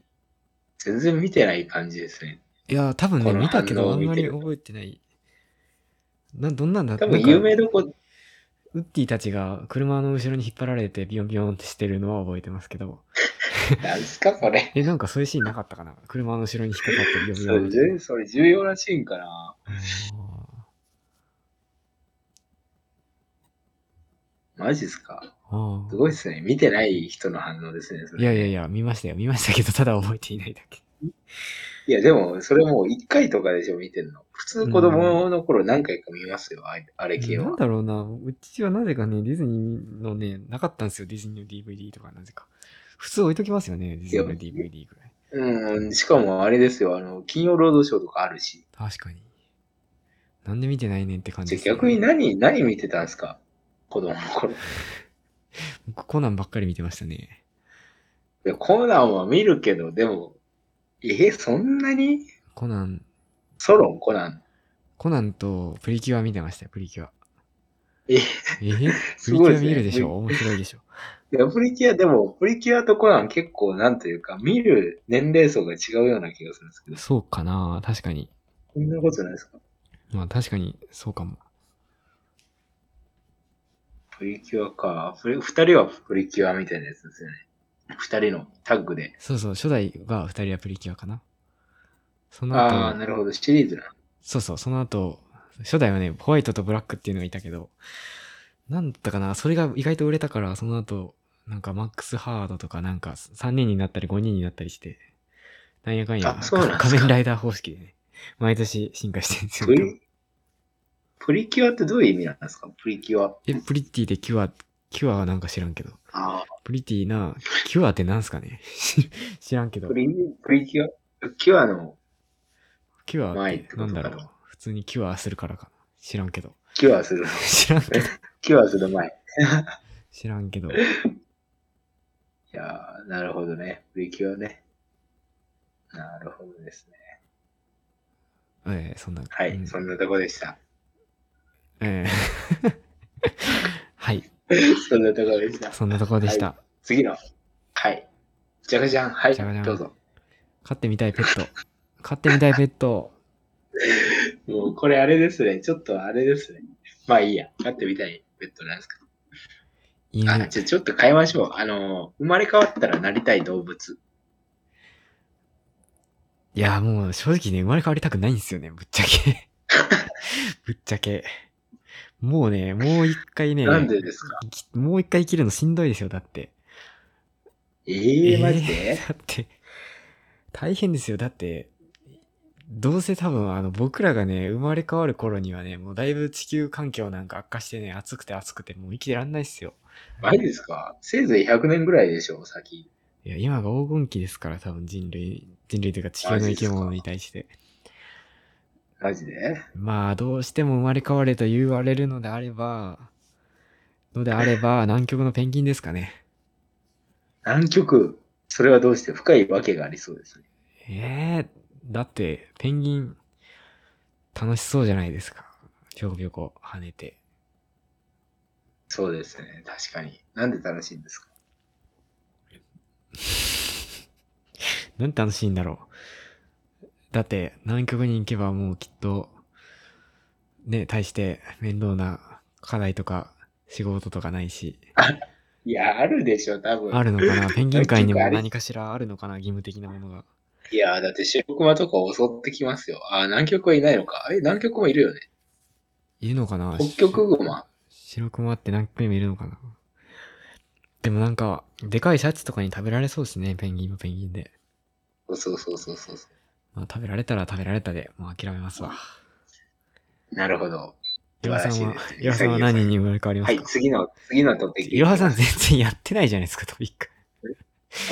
Speaker 1: 全然見てない感じですね。
Speaker 2: いや、多分ね、
Speaker 1: この
Speaker 2: 見たけ
Speaker 1: 反応
Speaker 2: ど、
Speaker 1: を
Speaker 2: あんま
Speaker 1: 見て
Speaker 2: り
Speaker 1: る
Speaker 2: 覚えてない。な、どんなんだ
Speaker 1: 多分
Speaker 2: なんか
Speaker 1: 有名どこ、
Speaker 2: ウッディたちが車の後ろに引っ張られてビヨンビヨンってしてるのは覚えてますけど。
Speaker 1: なんすかそれ。
Speaker 2: え、なんかそういうシーンなかったかな車の後ろに引っかかってビヨンビ
Speaker 1: そ
Speaker 2: ヨン
Speaker 1: れ
Speaker 2: みたいな
Speaker 1: 重、。それ重要なシーンかな。マジっすか
Speaker 2: あーあ
Speaker 1: すごいっすね。見てない人の反応ですね。そ
Speaker 2: ー。い
Speaker 1: れ
Speaker 2: やいやいや、見ましたよ。見ましたけど、ただ覚えていないだけ。
Speaker 1: いやでも、それもう1回とかでしょ、見てんの。普通子供の頃何回か見ますよ、あれあれ系
Speaker 2: な
Speaker 1: は
Speaker 2: ん。だろうな、うちはなぜかね、ディズニーのね、なかったんですよ、ディズニーの DVD とかなぜか。普通置いときますよね、ディズニーの DVD ぐらい。
Speaker 1: うん、しかもあれですよ、あの、金曜ロードショーとかあるし。
Speaker 2: 確かに。なんで見てないねんって感じ
Speaker 1: じゃ
Speaker 2: で
Speaker 1: あ
Speaker 2: すね、
Speaker 1: 逆に何、何見てたんすか子供の頃。
Speaker 2: 僕コナンばっかり見てましたね。
Speaker 1: いやコナンは見るけど、でも、え、そんなに
Speaker 2: コナン、
Speaker 1: ソロン、コナン。
Speaker 2: コナンとプリキュア見てましたよ、プリキュア。
Speaker 1: え、
Speaker 2: えープ
Speaker 1: す
Speaker 2: リキ
Speaker 1: ごい
Speaker 2: ュ
Speaker 1: で
Speaker 2: ア
Speaker 1: すね
Speaker 2: 見るでしょ面白いでしょ
Speaker 1: いやプリキュア、でも、プリキュアとコナン結構、なんというか、見る年齢層が違うような気がするんですけど、
Speaker 2: そうかな確かに。
Speaker 1: そんなことないですか
Speaker 2: まあ確かに、そうかも。
Speaker 1: プリキュアか。プリ二人はプリキュアみたいなやつですよね。二人のタッグで。
Speaker 2: そうそう、初代が二人はプリキュアかな。その後、
Speaker 1: ああー、なるほど、シリーズな。
Speaker 2: そうそう、その後、初代はね、ホワイトとブラックっていうのがいたけど、なんだったかな、それが意外と売れたから、その後、なんかマックスハードとかなんか3人になったり5人になったりして、なんやかんや、
Speaker 1: あそうなんすか
Speaker 2: 仮面ライダー方式でね、毎年進化してるんです
Speaker 1: プ
Speaker 2: よ。
Speaker 1: リプリキュアってどういう意味なんですかプリキュア。
Speaker 2: え、プリティでキュア、キュアはなんか知らんけど、
Speaker 1: あ
Speaker 2: プリティな、キュアってなんすかね *laughs* 知らんけ
Speaker 1: あ、
Speaker 2: ど
Speaker 1: プ、リプリキュア、キュアの
Speaker 2: キュアっ
Speaker 1: 前ってて
Speaker 2: な
Speaker 1: こ
Speaker 2: ん
Speaker 1: と
Speaker 2: だ
Speaker 1: かな
Speaker 2: ろう。普通にキュアするからかな。知らんけど。 *laughs*
Speaker 1: キュアする。
Speaker 2: 知らんけど。
Speaker 1: キュアする前。い
Speaker 2: 知らんけど。
Speaker 1: やー、なるほどね。プリキュアね。なるほどですね。
Speaker 2: えー、そんな。
Speaker 1: はい、
Speaker 2: うん
Speaker 1: そんなとこでした。
Speaker 2: えー *laughs* はい。
Speaker 1: そんなとこでした。
Speaker 2: そんなところでした。
Speaker 1: 次の。はい。じゃがじゃん。はい、
Speaker 2: じゃがじゃん
Speaker 1: どうぞ。
Speaker 2: 飼ってみたいペット。飼ってみたいペット。
Speaker 1: もうこれあれですね。ちょっとあれですね。まあいいや。飼ってみたいペットなんですか。
Speaker 2: 犬。
Speaker 1: あ、じゃあちょっと変えましょう。あのー、生まれ変わったらなりたい動物。
Speaker 2: いや、もう正直ね、生まれ変わりたくないんですよね、ぶっちゃけ。 *laughs* ぶっちゃけ。もうね、もう一回ね、
Speaker 1: なんでですか
Speaker 2: 生きもう一回生きるのしんどいですよ、だって。
Speaker 1: えー、マジ
Speaker 2: え
Speaker 1: で
Speaker 2: ーだって、大変ですよ。だって、どうせ多分、あの、僕らがね、生まれ変わる頃にはね、もうだいぶ地球環境なんか悪化してね、暑くて暑くて、もう生きてらんないっすよ。
Speaker 1: マジですかせいぜい100年ぐらいでしょう、先。
Speaker 2: いや、今が黄金期ですから、多分人類、人類というか地球の生き物に対して。
Speaker 1: マジで
Speaker 2: まあ、どうしても生まれ変われと言われるのであれば、のであれば、南極のペンギンですかね。
Speaker 1: 南極。それはどうして深いわけがありそうですね。
Speaker 2: ええだって、ペンギン、楽しそうじゃないですか。ぴょこぴょこ跳ねて。
Speaker 1: そうですね。確かに。なんで楽しいんですか
Speaker 2: なんて楽しいんだろう。だって、南極に行けばもうきっと、ね、対して面倒な課題とか仕事とかないし、
Speaker 1: いや、あるでしょ、多分。
Speaker 2: あるのか
Speaker 1: *laughs*
Speaker 2: なペンギン界にも
Speaker 1: あれ
Speaker 2: 何かしらあるのかな義務的なものが。
Speaker 1: いや、だって白熊とか襲ってきますよ。あ、南極はいないのか。え、南極もいるよね。
Speaker 2: いるのかな
Speaker 1: 北極
Speaker 2: マ
Speaker 1: 熊。
Speaker 2: 白熊って何組もいるのかなでもなんか、でかいシャチとかに食べられそうですね、ペンギンもペンギンで。
Speaker 1: そうそうそうそうそうそ
Speaker 2: まあ食べられたら食べられたで、もう諦めますわ。
Speaker 1: う。なるほど。
Speaker 2: い
Speaker 1: 素晴
Speaker 2: ろは
Speaker 1: ら
Speaker 2: さ
Speaker 1: し
Speaker 2: ん
Speaker 1: い
Speaker 2: は
Speaker 1: です、ね。
Speaker 2: いろはさんは何に生まれ変わりま
Speaker 1: は
Speaker 2: す
Speaker 1: い、
Speaker 2: か
Speaker 1: 次の、次のトピック。
Speaker 2: いろはさん全然やってないじゃないですか、トピック。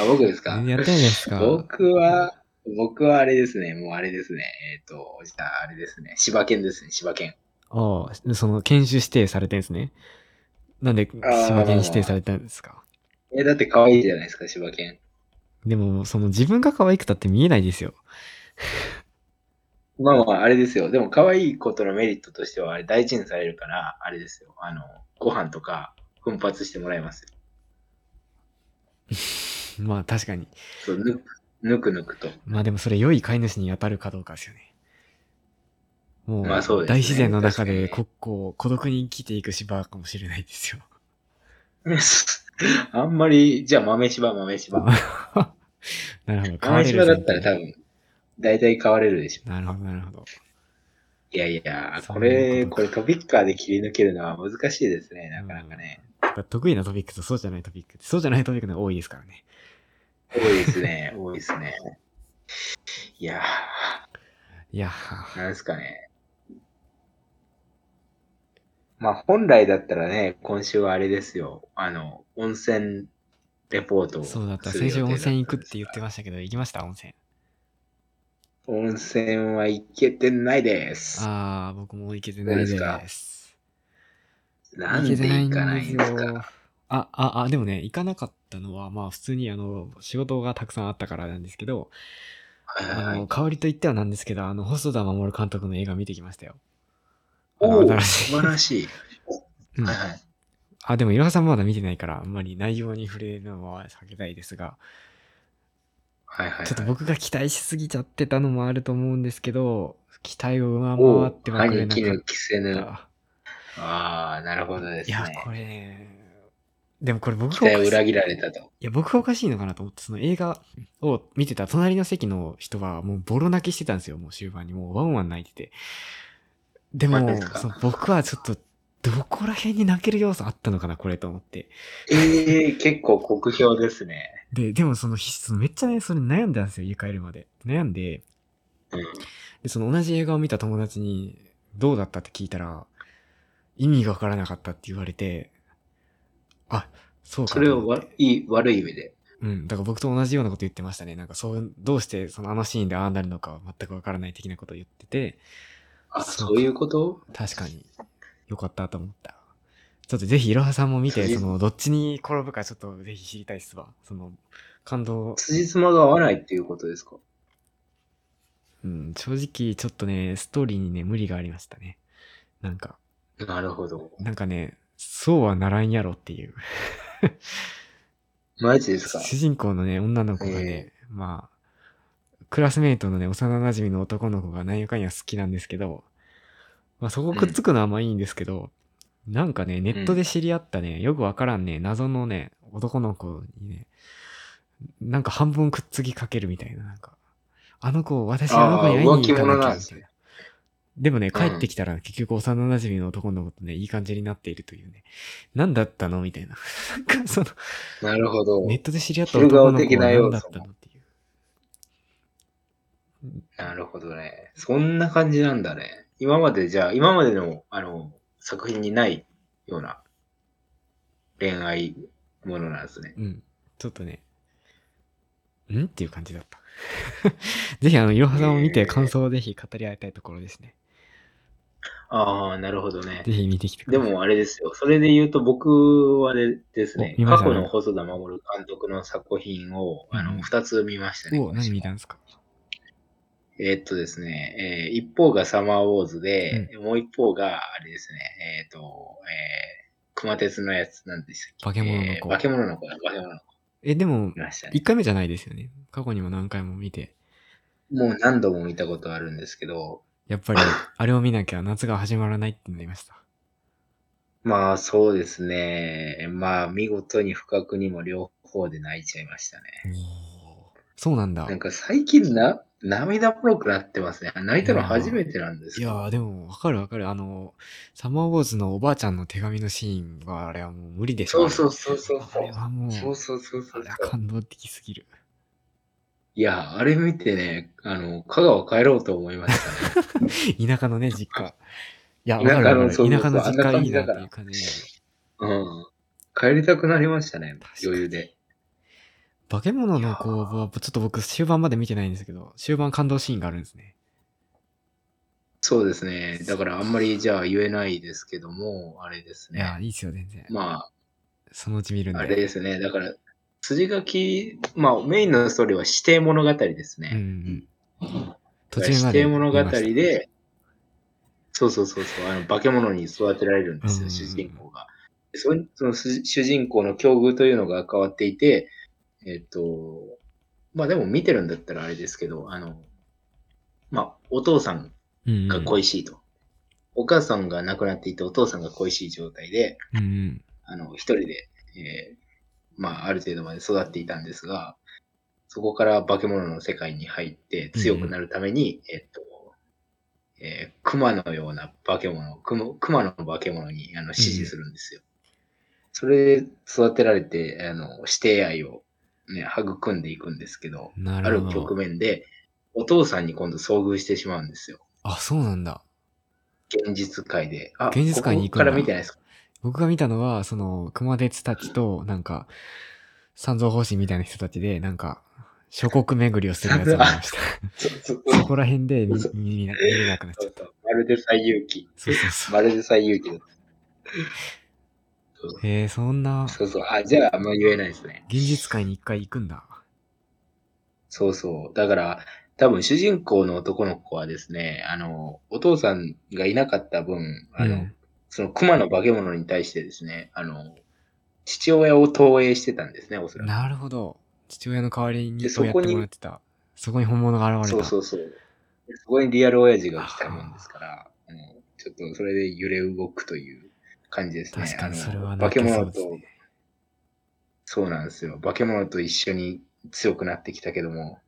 Speaker 1: あ、僕ですか
Speaker 2: 全然やってないじゃないですか。
Speaker 1: 僕は、僕はあれですね。もうあれですね。えっ、と、じゃああれですね。柴犬ですね、柴犬。
Speaker 2: ああ、その研修指定されてるんですね。なんで、
Speaker 1: あー
Speaker 2: 柴犬指定されたんですか
Speaker 1: え、だって可愛いじゃないですか、柴犬。
Speaker 2: でも、その自分が可愛くたって見えないですよ。
Speaker 1: まあまあ、あれですよ。でも、可愛いことのメリットとしては、あれ大事にされるから、あれですよ。あの、ご飯とか、奮発してもらえますよ。
Speaker 2: まあ確かに。
Speaker 1: そう、ぬぬくぬくと。 *laughs*
Speaker 2: まあでもそれ良い飼い主に当たるかどうかですよね。もう、
Speaker 1: まあそうですね
Speaker 2: 大自然の中で
Speaker 1: 確か
Speaker 2: ここう孤独に生きていく芝かもしれない
Speaker 1: *laughs*
Speaker 2: ですよ。
Speaker 1: あんまり、じゃあ、豆柴、豆柴。
Speaker 2: *laughs* な
Speaker 1: *laughs*
Speaker 2: るほど。飼わ
Speaker 1: 豆
Speaker 2: れ
Speaker 1: 柴
Speaker 2: る
Speaker 1: だったら
Speaker 2: 前
Speaker 1: 多
Speaker 2: 提
Speaker 1: 分、大体買われるでしょ。
Speaker 2: なるほど、なるほど。
Speaker 1: いやいや、
Speaker 2: そう
Speaker 1: こ
Speaker 2: い
Speaker 1: れ、
Speaker 2: うこと
Speaker 1: これトピッカーで切り抜けるのは難しいですね、なかなかね。
Speaker 2: だから得意なトピックとそうじゃないトピックってそうじゃないトピックの方が多いですからね。
Speaker 1: 多いですね、多いですね。いや
Speaker 2: いや
Speaker 1: ー、なんですかね。まあ、本来だったらね、今週はあれですよ、あの、温泉レポートを
Speaker 2: そうだった。
Speaker 1: する
Speaker 2: 先
Speaker 1: 予定だ
Speaker 2: 週温
Speaker 1: んですが
Speaker 2: 泉行くって言ってましたけど、行きました温泉。
Speaker 1: 温泉は行けてないです。
Speaker 2: ああ、僕も行けてないです。
Speaker 1: どうですかな
Speaker 2: 行
Speaker 1: ん
Speaker 2: け
Speaker 1: で
Speaker 2: てない
Speaker 1: 行
Speaker 2: ん
Speaker 1: かないんです
Speaker 2: ですよ
Speaker 1: か。
Speaker 2: あ、あ、あ、でもね、行かなかったのは、まあ普通にあの、仕事がたくさんあったからなんですけど、
Speaker 1: はい
Speaker 2: あ
Speaker 1: はい
Speaker 2: の、代わりと言ってはなんですけど、あの、細田守監督の映画見てきましたよ。あ
Speaker 1: お
Speaker 2: の、
Speaker 1: ー
Speaker 2: 新しい
Speaker 1: 素。晴らしい。
Speaker 2: うん
Speaker 1: はいはい
Speaker 2: あ、でも、いろはさんまだ見てないから、あんまり内容に触れるのは避けたいですが、
Speaker 1: はいはいはい。
Speaker 2: ちょっと僕が期待しすぎちゃってたのもあると思うんですけど、期待を上回ってはくれなか
Speaker 1: おう歯に衣
Speaker 2: っ
Speaker 1: 着せぬ。
Speaker 2: た。
Speaker 1: ああ、なるほどです
Speaker 2: いや
Speaker 1: ね、。
Speaker 2: これね、でもこれ僕
Speaker 1: 期
Speaker 2: が
Speaker 1: 待
Speaker 2: おか
Speaker 1: を
Speaker 2: しい
Speaker 1: 裏切られたと。
Speaker 2: いや、僕がおかしいのかなと思って、その映画を見てた隣の席の人はもうボロ泣きしてたんですよ、もう終盤に。もうワンワン泣いてて。で
Speaker 1: マジで
Speaker 2: も、
Speaker 1: すか
Speaker 2: その僕はちょっと、どこら辺に泣ける要素あったのかな、これと思って。
Speaker 1: ええ結構酷評ですね。
Speaker 2: で、でもその、ひそのめっちゃね、それ悩んだんですよ、家帰るまで。悩んで、
Speaker 1: うん
Speaker 2: で、その同じ映画を見た友達に、どうだったって聞いたら、意味がわからなかったって言われて、あ、そうか
Speaker 1: そ
Speaker 2: と
Speaker 1: れ
Speaker 2: 思って。
Speaker 1: をわいい悪い意味で。
Speaker 2: うん。だから僕と同じようなこと言ってましたね。なんかそう、どうしてそのあのシーンでああなるのかは全くわからない的なことを言ってて、
Speaker 1: あ、
Speaker 2: そう
Speaker 1: そ
Speaker 2: か
Speaker 1: ういうこと
Speaker 2: 確かに。よかったと思った。ちょっとぜひいろはさんも見て、
Speaker 1: 辻
Speaker 2: その、どっちに転ぶかちょっとぜひ知りたいっすわ。その、感動。
Speaker 1: 辻褄が合わないっていうことですか
Speaker 2: うん、正直ちょっとね、ストーリーにね、無理がありましたね。なんか、
Speaker 1: なるほど。
Speaker 2: なんかね、そうはならんやろっていう。
Speaker 1: マジですか
Speaker 2: 主人公のね、女の子がね、まあ、クラスメイトのね、幼馴染の男の子が何やかんや好きなんですけど、まあそこくっつくのはまあいいんですけど、なんかね、ネットで知り合ったね、よくわからんね、謎のね、男の子にね、なんか半分くっつきかけるみたいな、なんか、あの子、私
Speaker 1: あー
Speaker 2: あの子に会いに行かなきゃみたい
Speaker 1: 浮気者なん
Speaker 2: な
Speaker 1: ですね
Speaker 2: でもね、
Speaker 1: う
Speaker 2: 帰
Speaker 1: ん
Speaker 2: ってきたら結局幼馴染の男の子とね、いい感じになっているというね、なんだったのみたいな。 *laughs* なんかその、
Speaker 1: なるほど
Speaker 2: ネ。ットで知り合った男の子は何だったのっていう。
Speaker 1: なるほどね。そんな感じなんだね。今までじゃあ、今までのあの作品にないような恋愛ものなんですね。
Speaker 2: うん。ちょっとね、んっていう感じだった。 *laughs* ぜひ、あの、いろはさんを見
Speaker 1: え
Speaker 2: て
Speaker 1: ー
Speaker 2: 感想をぜひ語り合いたいところですね。
Speaker 1: ああ、なるほどね
Speaker 2: ぜ。ひ見てきてく
Speaker 1: で
Speaker 2: ださい。
Speaker 1: もあれですよ。それで言うと僕はでですね
Speaker 2: お、見まし
Speaker 1: 過
Speaker 2: た
Speaker 1: 去の細田守監督の作品をあ
Speaker 2: うん
Speaker 1: の2つ見ましたね。
Speaker 2: お、何見たんですか
Speaker 1: えーっとですね、えー一方がサマーウォーズで、もう一方があれですね、えーっと、えー熊鉄のやつなんでしたっけ
Speaker 2: 化け物の
Speaker 1: え
Speaker 2: 子
Speaker 1: ー化け物の子だ、化け物の子
Speaker 2: え、でも
Speaker 1: 見、ましたね
Speaker 2: 1。回目じゃないですよね。過去にも何回も見て、
Speaker 1: もう何度も見たことあるんですけど、
Speaker 2: や
Speaker 1: *laughs*
Speaker 2: っぱり、あれを見なきゃ夏が始まらないってなりました。
Speaker 1: まあそうですね。まあ見事に不覚にも両方で泣いちゃいましたね。
Speaker 2: そうなんだ
Speaker 1: な。んか最近な、涙もろくなってますね。泣いたの初めてなんです
Speaker 2: い
Speaker 1: け
Speaker 2: や
Speaker 1: ど。
Speaker 2: ー、でも、わかるわかる。あの、サマーウォーズのおばあちゃんの手紙のシーンは、あれはもう無理でし
Speaker 1: そ
Speaker 2: ょ。
Speaker 1: うそうそうそう
Speaker 2: あれはもう、
Speaker 1: そう。そうそうそうそ
Speaker 2: あ
Speaker 1: う
Speaker 2: れは感動的すぎる。
Speaker 1: いや、あれ見てね、あの、香川帰ろうと思いましたね。
Speaker 2: 田舎のね、実家。 *laughs* いや、わ
Speaker 1: 田舎の
Speaker 2: かるわかる
Speaker 1: そうそう
Speaker 2: 田舎の実
Speaker 1: あんな
Speaker 2: 家
Speaker 1: 感
Speaker 2: いい
Speaker 1: じ
Speaker 2: な
Speaker 1: だ
Speaker 2: っ
Speaker 1: か
Speaker 2: て
Speaker 1: ら
Speaker 2: いう感じになる。
Speaker 1: うん。帰りたくなりましたね
Speaker 2: 確か、に
Speaker 1: 余裕で。
Speaker 2: 化け物の子は、ちょっと僕終盤まで見てないんですけど、終盤感動シーンがあるんですね。
Speaker 1: そうですね。だからあんまりじゃあ言えないですけども、あれです
Speaker 2: いや、
Speaker 1: ね。
Speaker 2: いいっすよ、全然。
Speaker 1: ま
Speaker 2: そのうち見るん
Speaker 1: あ、
Speaker 2: で。
Speaker 1: あれですね。だから、筋書き、まあメインのストーリーは指定物語です
Speaker 2: うん
Speaker 1: ね。
Speaker 2: うん。途中
Speaker 1: 指
Speaker 2: まで
Speaker 1: 定物語
Speaker 2: 見まし
Speaker 1: で、そうそうそうそう、あの化け物に育てられるんです
Speaker 2: うん
Speaker 1: よ、
Speaker 2: うんうん
Speaker 1: 主人公が。でそその主主人公の境遇というのが変わっていて、えっ、と、まあでも見てるんだったらあれですけど、あの、まあお父さん
Speaker 2: たうんうん
Speaker 1: が恋しいと。お母さんが亡くなっていて、お父さんが恋しい状態で、
Speaker 2: うんうん
Speaker 1: あの、一人で、えーまあ、ある程度まで育っていたんですが、そこから化け物の世界に入って強くなるために、えっと、えー熊のような化け物、熊熊の化け物にあの指示するんですよ。それで育てられて、あの、指定愛をね、育んでいくんですけど、
Speaker 2: な
Speaker 1: あ
Speaker 2: る
Speaker 1: る
Speaker 2: ほ
Speaker 1: 局
Speaker 2: ど。
Speaker 1: 面で、お父さんに今度遭遇してしまうんですよ。
Speaker 2: あ、そうなんだ。
Speaker 1: 現実界で。あ、
Speaker 2: 現実界に行く
Speaker 1: ここ
Speaker 2: んだ
Speaker 1: から見てないですか *laughs*
Speaker 2: 僕が見たのは、その、熊徹たちと、なんか、三蔵法師みたいな人たちで、なんか、諸国巡りをするやつを見ました。
Speaker 1: そうそうそう
Speaker 2: そこら辺で見
Speaker 1: そう
Speaker 2: 見見な見れなくなっち
Speaker 1: そ
Speaker 2: ゃっ
Speaker 1: う
Speaker 2: た。
Speaker 1: そうまるで最勇気。
Speaker 2: そうそうそう。
Speaker 1: まるで最勇気だった。
Speaker 2: へえ、そんな、
Speaker 1: そうそう。あ、じゃあ、あんま言えないですね。
Speaker 2: 現実界に一回行くんだ。
Speaker 1: そうそう。だから、多分主人公の男の子はですね、あの、お父さんがいなかった分、あの、
Speaker 2: うん
Speaker 1: その熊の化け物に対してですね、あの、父親を投影してたんですね、おそら
Speaker 2: なるほど。父親の代わりに
Speaker 1: で
Speaker 2: そうやってもらってた。そこに本物が
Speaker 1: く。
Speaker 2: 現
Speaker 1: そ
Speaker 2: れ
Speaker 1: う
Speaker 2: た。
Speaker 1: そうそう。そこにリアル親父が来たもんですから、あのちょっとそれで揺れ動くという感じですね。
Speaker 2: 確かにそれは
Speaker 1: あ
Speaker 2: な
Speaker 1: の化
Speaker 2: ん
Speaker 1: け
Speaker 2: かそ
Speaker 1: 物
Speaker 2: うです
Speaker 1: と
Speaker 2: ね。
Speaker 1: そうなんですよ。化け物と一緒に強くなってきたけども、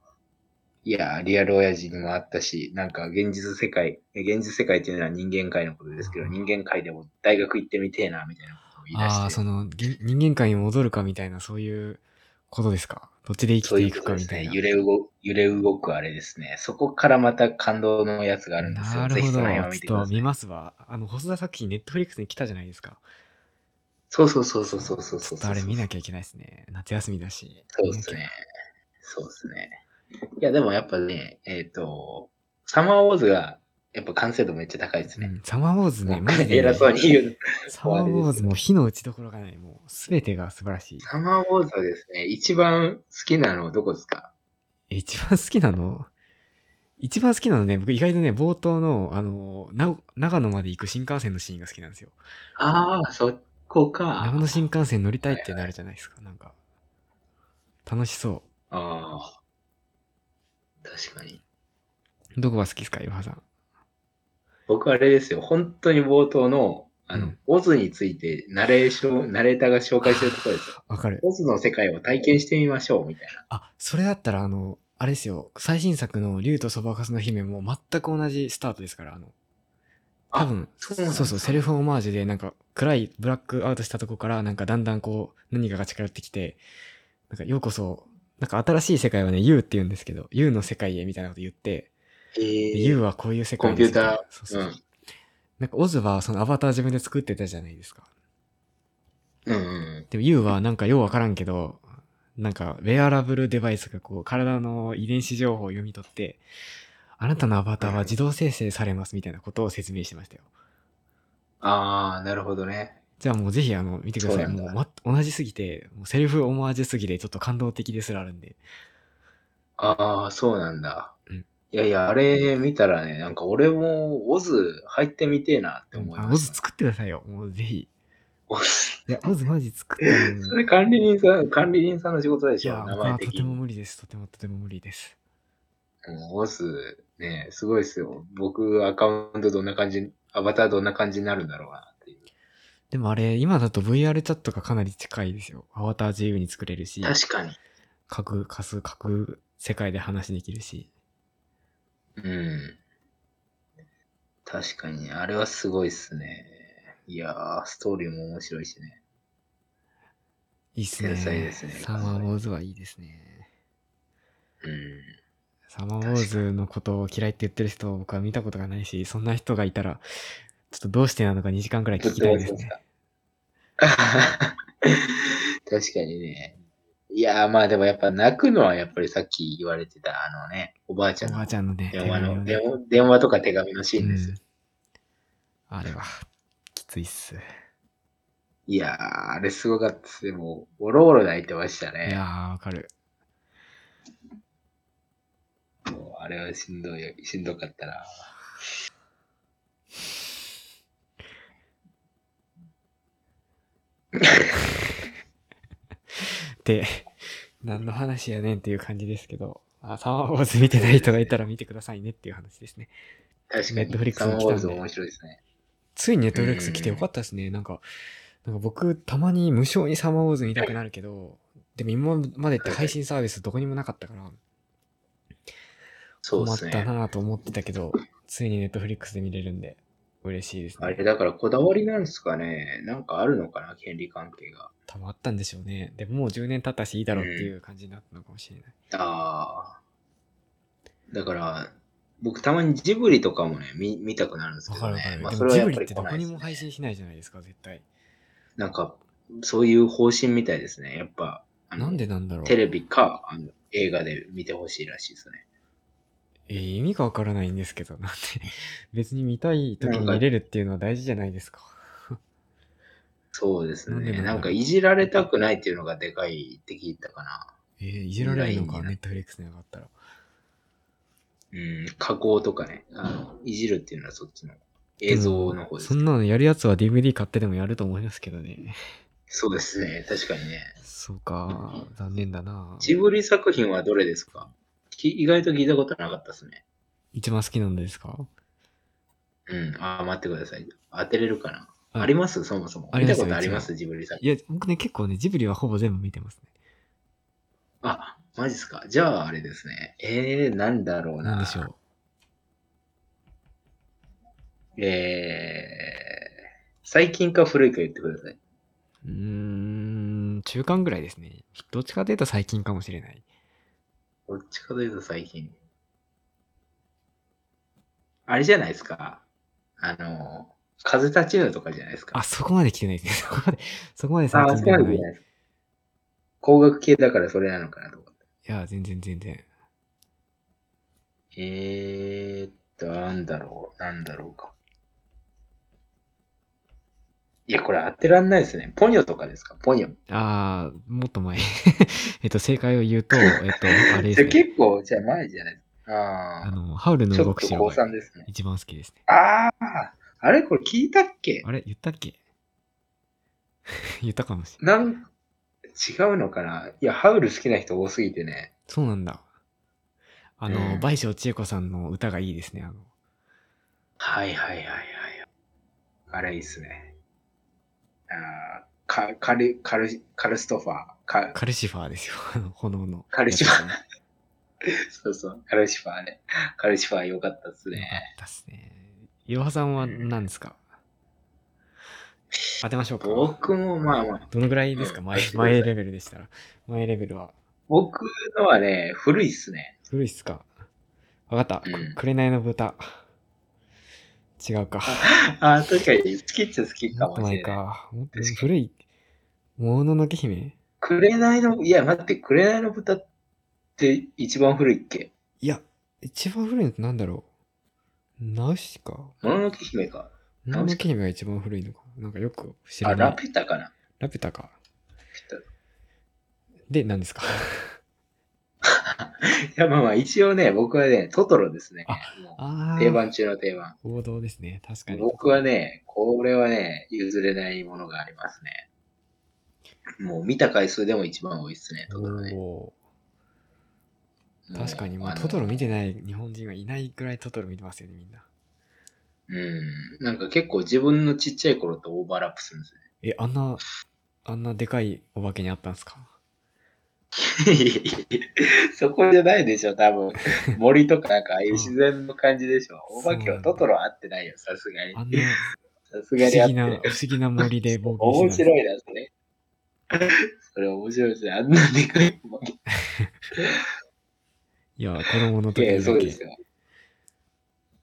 Speaker 1: いやー、リアル親父にもあったし、なんか現実世界、え現実世界っていうのは人間界のことですけど、
Speaker 2: うん
Speaker 1: 人間界でも大学行ってみてえな、みたいなことを言い出して。
Speaker 2: ああー、その、げ人間界に戻るかみたいな、そういうことですか。どっちで生き
Speaker 1: そう
Speaker 2: て
Speaker 1: い
Speaker 2: いうく
Speaker 1: こと
Speaker 2: か
Speaker 1: で
Speaker 2: み
Speaker 1: す
Speaker 2: たい
Speaker 1: ね
Speaker 2: な。。
Speaker 1: 揺れ動揺れ動くあれですね。そこからまた感動のやつがあるんですよ。
Speaker 2: なる
Speaker 1: ぜ
Speaker 2: ほ
Speaker 1: ひ
Speaker 2: ど。ち
Speaker 1: その辺
Speaker 2: ょ
Speaker 1: を見
Speaker 2: って
Speaker 1: くだ
Speaker 2: と
Speaker 1: さい。
Speaker 2: 見ますわ。あの、細田作品、ネットフリックスに来たじゃないですか。
Speaker 1: そうそうそうそうそうそう
Speaker 2: ち
Speaker 1: そ
Speaker 2: ょ
Speaker 1: う
Speaker 2: っとあれ見なきゃいけないですね。夏休みだし。
Speaker 1: そうですね。そうですね。いや、でもやっぱね、えっ、と、サマーウォーズが、やっぱ完成度めっちゃ高いです
Speaker 2: う
Speaker 1: ね。
Speaker 2: ん、サマーウォーズね、マジで、
Speaker 1: 偉そうに言う。
Speaker 2: サマーウォーズも火の打ちどころがない。もう、すべてが素晴
Speaker 1: *laughs*
Speaker 2: らしい。
Speaker 1: サマーウォーズはですね、一番好きなのどこですか
Speaker 2: え一番好きなの一番好きなのね、僕意外とね、冒頭の、あの、な長野まで行く新幹線のシーンが好きなんですよ。
Speaker 1: ああ、そこ
Speaker 2: 長
Speaker 1: か。
Speaker 2: 野新幹線乗りたいってなるじゃないですか、なんか。楽しそ
Speaker 1: ああ。確かに。
Speaker 2: う。どこが好きですか、岩葉さん。
Speaker 1: 僕あれですよ、本当に冒頭の、あの、
Speaker 2: うん
Speaker 1: オズについてナレーション、ナレーターが紹介するところです
Speaker 2: *laughs*
Speaker 1: よ。
Speaker 2: わかる。
Speaker 1: オズの世界を体験してみましょう、みたいな。
Speaker 2: あ、それだったら、あの、あれですよ、最新作の竜とそばかすの姫も全く同じスタートですから、あの、
Speaker 1: あ
Speaker 2: 多分、
Speaker 1: そうなんだ
Speaker 2: そうそう、セルフオマージュで、なんか、暗いブラックアウトしたとこから、なんか、だんだんこう、何かが近寄ってきて、なんか、ようこそ、なんか、新しい世界はね、YOU って言うんですけど、YOU の世界へみたいなこと言って、
Speaker 1: え
Speaker 2: で
Speaker 1: ー
Speaker 2: YOU はこういう世界で
Speaker 1: コン
Speaker 2: す
Speaker 1: ピューター
Speaker 2: そうそう。
Speaker 1: うん
Speaker 2: なんか、オズは、そのアバター自分で作ってたじゃないですか。
Speaker 1: うんうん。
Speaker 2: でも U はなんかようわからんけど、なんかウェアラブルデバイスがこう体の遺伝子情報を読み取って、あなたのアバターは自動生成されますみたいなことを説明してましたよ。
Speaker 1: ああ、なるほどね。
Speaker 2: じゃあもうぜひあの見てください。
Speaker 1: そうなんだ
Speaker 2: もう、ま、同じすぎて、もうセルフオマージュすぎてちょっと感動的ですらあるんで。
Speaker 1: ああ、そうなんだ。
Speaker 2: うん
Speaker 1: いやいや、あれ見たらね、なんか俺もオズ入ってみてえなって思い
Speaker 2: あ
Speaker 1: ま
Speaker 2: オズ
Speaker 1: した。
Speaker 2: 作ってくださいよ。もうぜひ。
Speaker 1: オズ
Speaker 2: いや、オズマジ作っても
Speaker 1: それ管理人さん、管理人さんの仕事で
Speaker 2: い
Speaker 1: し
Speaker 2: や
Speaker 1: ょ、、名
Speaker 2: 僕は
Speaker 1: 前
Speaker 2: と
Speaker 1: 的
Speaker 2: ても
Speaker 1: に。
Speaker 2: 無理です。とてもとても無理です。
Speaker 1: もうオズ、ね、すごいですよ。僕、アカウントどんな感じ、アバターどんな感じになるんだろうなっていう。
Speaker 2: でもあれ、今だと VR チャットがかなり近いですよ。アバター自由に作れるし。
Speaker 1: 確かに。
Speaker 2: 各かす各世界で話できるし
Speaker 1: うん。確かに、あれはすごいっすね。いやー、ストーリーも面白いしね。
Speaker 2: いいっすね
Speaker 1: 天才ですね
Speaker 2: サマーウォーズはいいですね
Speaker 1: うん。
Speaker 2: サマーウォーズのことを嫌いって言ってる人を僕は見たことがないしそんな人がいたらちょっとどうしてなのか2時間くらい聞きたいですね
Speaker 1: *laughs* 確かにね。いやー、まあでもやっぱ泣くのはやっぱりさっき言われてたあのね、おばあちゃん
Speaker 2: おばあ
Speaker 1: の
Speaker 2: ちゃんのね
Speaker 1: 電話
Speaker 2: 手紙を
Speaker 1: の、
Speaker 2: ね
Speaker 1: 電話電話とか手紙のシーンです
Speaker 2: う
Speaker 1: よ
Speaker 2: ん。あれはきついっす
Speaker 1: いやー、あれすごかったですね。もう、おろおろ泣いてました
Speaker 2: いや
Speaker 1: ね。
Speaker 2: ーわかる
Speaker 1: もうあれはしんどい、しんどかったな。
Speaker 2: で *laughs* 何の話やねんっていう感じですけどあサマーウォーズ見てない人がいたら見てくださいねっていう話ですね
Speaker 1: 確かに、
Speaker 2: Netflix
Speaker 1: サマー
Speaker 2: も来
Speaker 1: ウォー
Speaker 2: たんで
Speaker 1: ズ面白いですね。
Speaker 2: ついにネットフレックス来てよかったですね。なんか、なんか僕、たまに無償にサマーウォーズ見たくなるけど、でも今までって配信サービスどこにもなかったから、
Speaker 1: そう
Speaker 2: 困
Speaker 1: で
Speaker 2: っ
Speaker 1: す
Speaker 2: た
Speaker 1: ね。
Speaker 2: なぁと思ってたけど、ついにネットフリックスで見れるんで、嬉しいです
Speaker 1: あれ、
Speaker 2: ね。
Speaker 1: だからこだわりなんですかね。なんかあるのかな、権利関係が。
Speaker 2: 多分あったんでしょうね。でももう10年経ったしいいだろうっていう感じになったのかもしれない。
Speaker 1: ああ。だから、僕たまにジブリとかもね、見見たくなるんです
Speaker 2: わ、
Speaker 1: け
Speaker 2: か
Speaker 1: ど
Speaker 2: るわか
Speaker 1: ね
Speaker 2: る。。
Speaker 1: まあ
Speaker 2: で
Speaker 1: そ
Speaker 2: も
Speaker 1: れは
Speaker 2: ジ
Speaker 1: やっぱ
Speaker 2: ブリ
Speaker 1: り
Speaker 2: って
Speaker 1: 来
Speaker 2: ど
Speaker 1: な
Speaker 2: こ
Speaker 1: いで
Speaker 2: に
Speaker 1: す
Speaker 2: も配
Speaker 1: ね。
Speaker 2: 信しないじゃないですか、絶対。
Speaker 1: なんか、そういう方針みたいですね。やっぱ、あの
Speaker 2: なんでなんだろう。
Speaker 1: テレビかあの映画で見てほしいらしいですね。
Speaker 2: えー意味がわからないんですけど、なんで、別に見たい時に見れるっていうのは大事じゃないですか。
Speaker 1: そうです
Speaker 2: なんでなん
Speaker 1: ね。
Speaker 2: だろう
Speaker 1: なんかいじられたくないっていうのがでかいって聞いたかな。
Speaker 2: えーいじられないの
Speaker 1: い
Speaker 2: か、
Speaker 1: いな
Speaker 2: ネットフリックスに上がったら。
Speaker 1: うん、加工とかね。あのいじるっていうのはそっちの映像の方です
Speaker 2: そ。んなのやるやつは DVD 買ってでもやると思いますけどね。
Speaker 1: そうですね。確かにね。
Speaker 2: そうか、残念だな。
Speaker 1: ジブリ作品はどれですかき意外と聞いたことなかったですね。
Speaker 2: 一番好きなんですか
Speaker 1: うん。あー、待ってください。当てれるかな
Speaker 2: あ
Speaker 1: ありますそもそも。
Speaker 2: あり
Speaker 1: 見
Speaker 2: ま
Speaker 1: た
Speaker 2: すよ
Speaker 1: ことありま
Speaker 2: 一
Speaker 1: すジブリ作
Speaker 2: いや、僕ね、結構ね、ジブリはほぼ全部見てますね。
Speaker 1: あ、マジっすか。じゃあ、あれですね。えー、なんだろうな。
Speaker 2: なんでしょう。
Speaker 1: えー、最近か古いか言ってください。
Speaker 2: うーん、中間ぐらいですね。どっちかというと最近かもしれない。
Speaker 1: どっちかというと最近。あれじゃないですか。あの、風立ちぬとかじゃないですか。
Speaker 2: あ、そこまで来てないですね。そ *laughs* こまで、そこまで最
Speaker 1: あー、
Speaker 2: 近
Speaker 1: そう
Speaker 2: で
Speaker 1: なん
Speaker 2: はな
Speaker 1: じ
Speaker 2: い。
Speaker 1: ゃ
Speaker 2: い
Speaker 1: ないですか。工学系だからそれなのかなと思って。
Speaker 2: や、全然全然。
Speaker 1: えーっなんだろう、なんだろうか。いや、これ当てらんないですね。ポニョとかですかポニョ。
Speaker 2: ああ、もっと前。 *laughs* えっと、正解を言うと、えっと、あれ
Speaker 1: じゃ
Speaker 2: です
Speaker 1: あ
Speaker 2: ね。
Speaker 1: 結構、じゃあ前じゃないですか。
Speaker 2: あ
Speaker 1: あ
Speaker 2: の、ハウル
Speaker 1: あ。
Speaker 2: の
Speaker 1: ちょ
Speaker 2: 動
Speaker 1: っ
Speaker 2: く
Speaker 1: と
Speaker 2: 城
Speaker 1: 高
Speaker 2: が
Speaker 1: 3ですね。
Speaker 2: 一番好きですね。
Speaker 1: ああ、あれこれ聞いたっけ
Speaker 2: あれ言ったっけ *laughs* 言ったかもしれな
Speaker 1: な
Speaker 2: い。
Speaker 1: ん、違うのかないや、ハウル好きな人多すぎてね。
Speaker 2: そうなんだ。あの、
Speaker 1: うん
Speaker 2: 倍賞千恵子さんの歌がいいですね。あの、
Speaker 1: はいはいはいはい。あれいいっすね。ああ、カカル、カル、カルストファー。カ
Speaker 2: カルシファーですよ。 *laughs* あの、炎の。
Speaker 1: カルシファー。 *laughs* そうそう、カルシファーね。カルシファー良かったっす
Speaker 2: よか
Speaker 1: ね。
Speaker 2: ったっすね。いろはさんは何ですか当てましょうか。
Speaker 1: 僕もまあまあ、
Speaker 2: どのぐらいですか、
Speaker 1: うん
Speaker 2: 前
Speaker 1: 当ててください
Speaker 2: 前レベルでしたら。前レベルは。
Speaker 1: 僕のはね、古いっすね。
Speaker 2: 古いっすかわかった。
Speaker 1: うん
Speaker 2: 紅の豚。違
Speaker 1: *laughs*
Speaker 2: うか。
Speaker 1: ああ、確かに好きっちゃ好きか
Speaker 2: もっ
Speaker 1: も
Speaker 2: と
Speaker 1: し
Speaker 2: 前
Speaker 1: れない。
Speaker 2: か。もっと
Speaker 1: 確かに
Speaker 2: 古い。もののけ姫
Speaker 1: 紅の、いや待って、紅の豚って一番古いっけ
Speaker 2: いや、一番古いのってなんだろう。ナウシカ
Speaker 1: もののけ姫か。
Speaker 2: もののけ姫が一番古いのか。なんかよく知
Speaker 1: あ、
Speaker 2: らない。
Speaker 1: ラピュタかな。
Speaker 2: ラピュタか。
Speaker 1: ラ
Speaker 2: で、何ですか
Speaker 1: いやまあまあ、一応ね、僕はね、トトロですね。も
Speaker 2: あ
Speaker 1: う
Speaker 2: あ。
Speaker 1: 定番中の定番。
Speaker 2: 王道ですね。確かに。
Speaker 1: 僕はね、これはね、譲れないものがありますね。もう見た回数でも一番多いですね、
Speaker 2: お
Speaker 1: トトロね。
Speaker 2: ー、確かに、
Speaker 1: もう
Speaker 2: まあ、
Speaker 1: の
Speaker 2: トトロ見てない日本人はいないぐらいトトロ見てますよね、みんな。
Speaker 1: うん。なんか結構自分のちっちゃい頃とオーバーラップするんです
Speaker 2: え、あんな、あんなでかいお化けにあったんですか
Speaker 1: ね。 *laughs* そこじゃないでしょ、多分。森とかなんかああいう自然の感じでしょ。お化けはトトロ合ってないよ、さすがに
Speaker 2: あ。んな
Speaker 1: さす
Speaker 2: 不
Speaker 1: がに合
Speaker 2: 思
Speaker 1: っ
Speaker 2: 議
Speaker 1: て
Speaker 2: な、不
Speaker 1: る
Speaker 2: 思。議な森で冒険
Speaker 1: 面
Speaker 2: してたん
Speaker 1: 白いですね。それ面白いですね。あんなでかいお化け。
Speaker 2: いや、子供の
Speaker 1: い
Speaker 2: 時
Speaker 1: や、
Speaker 2: だ
Speaker 1: そうで
Speaker 2: け
Speaker 1: す。よ。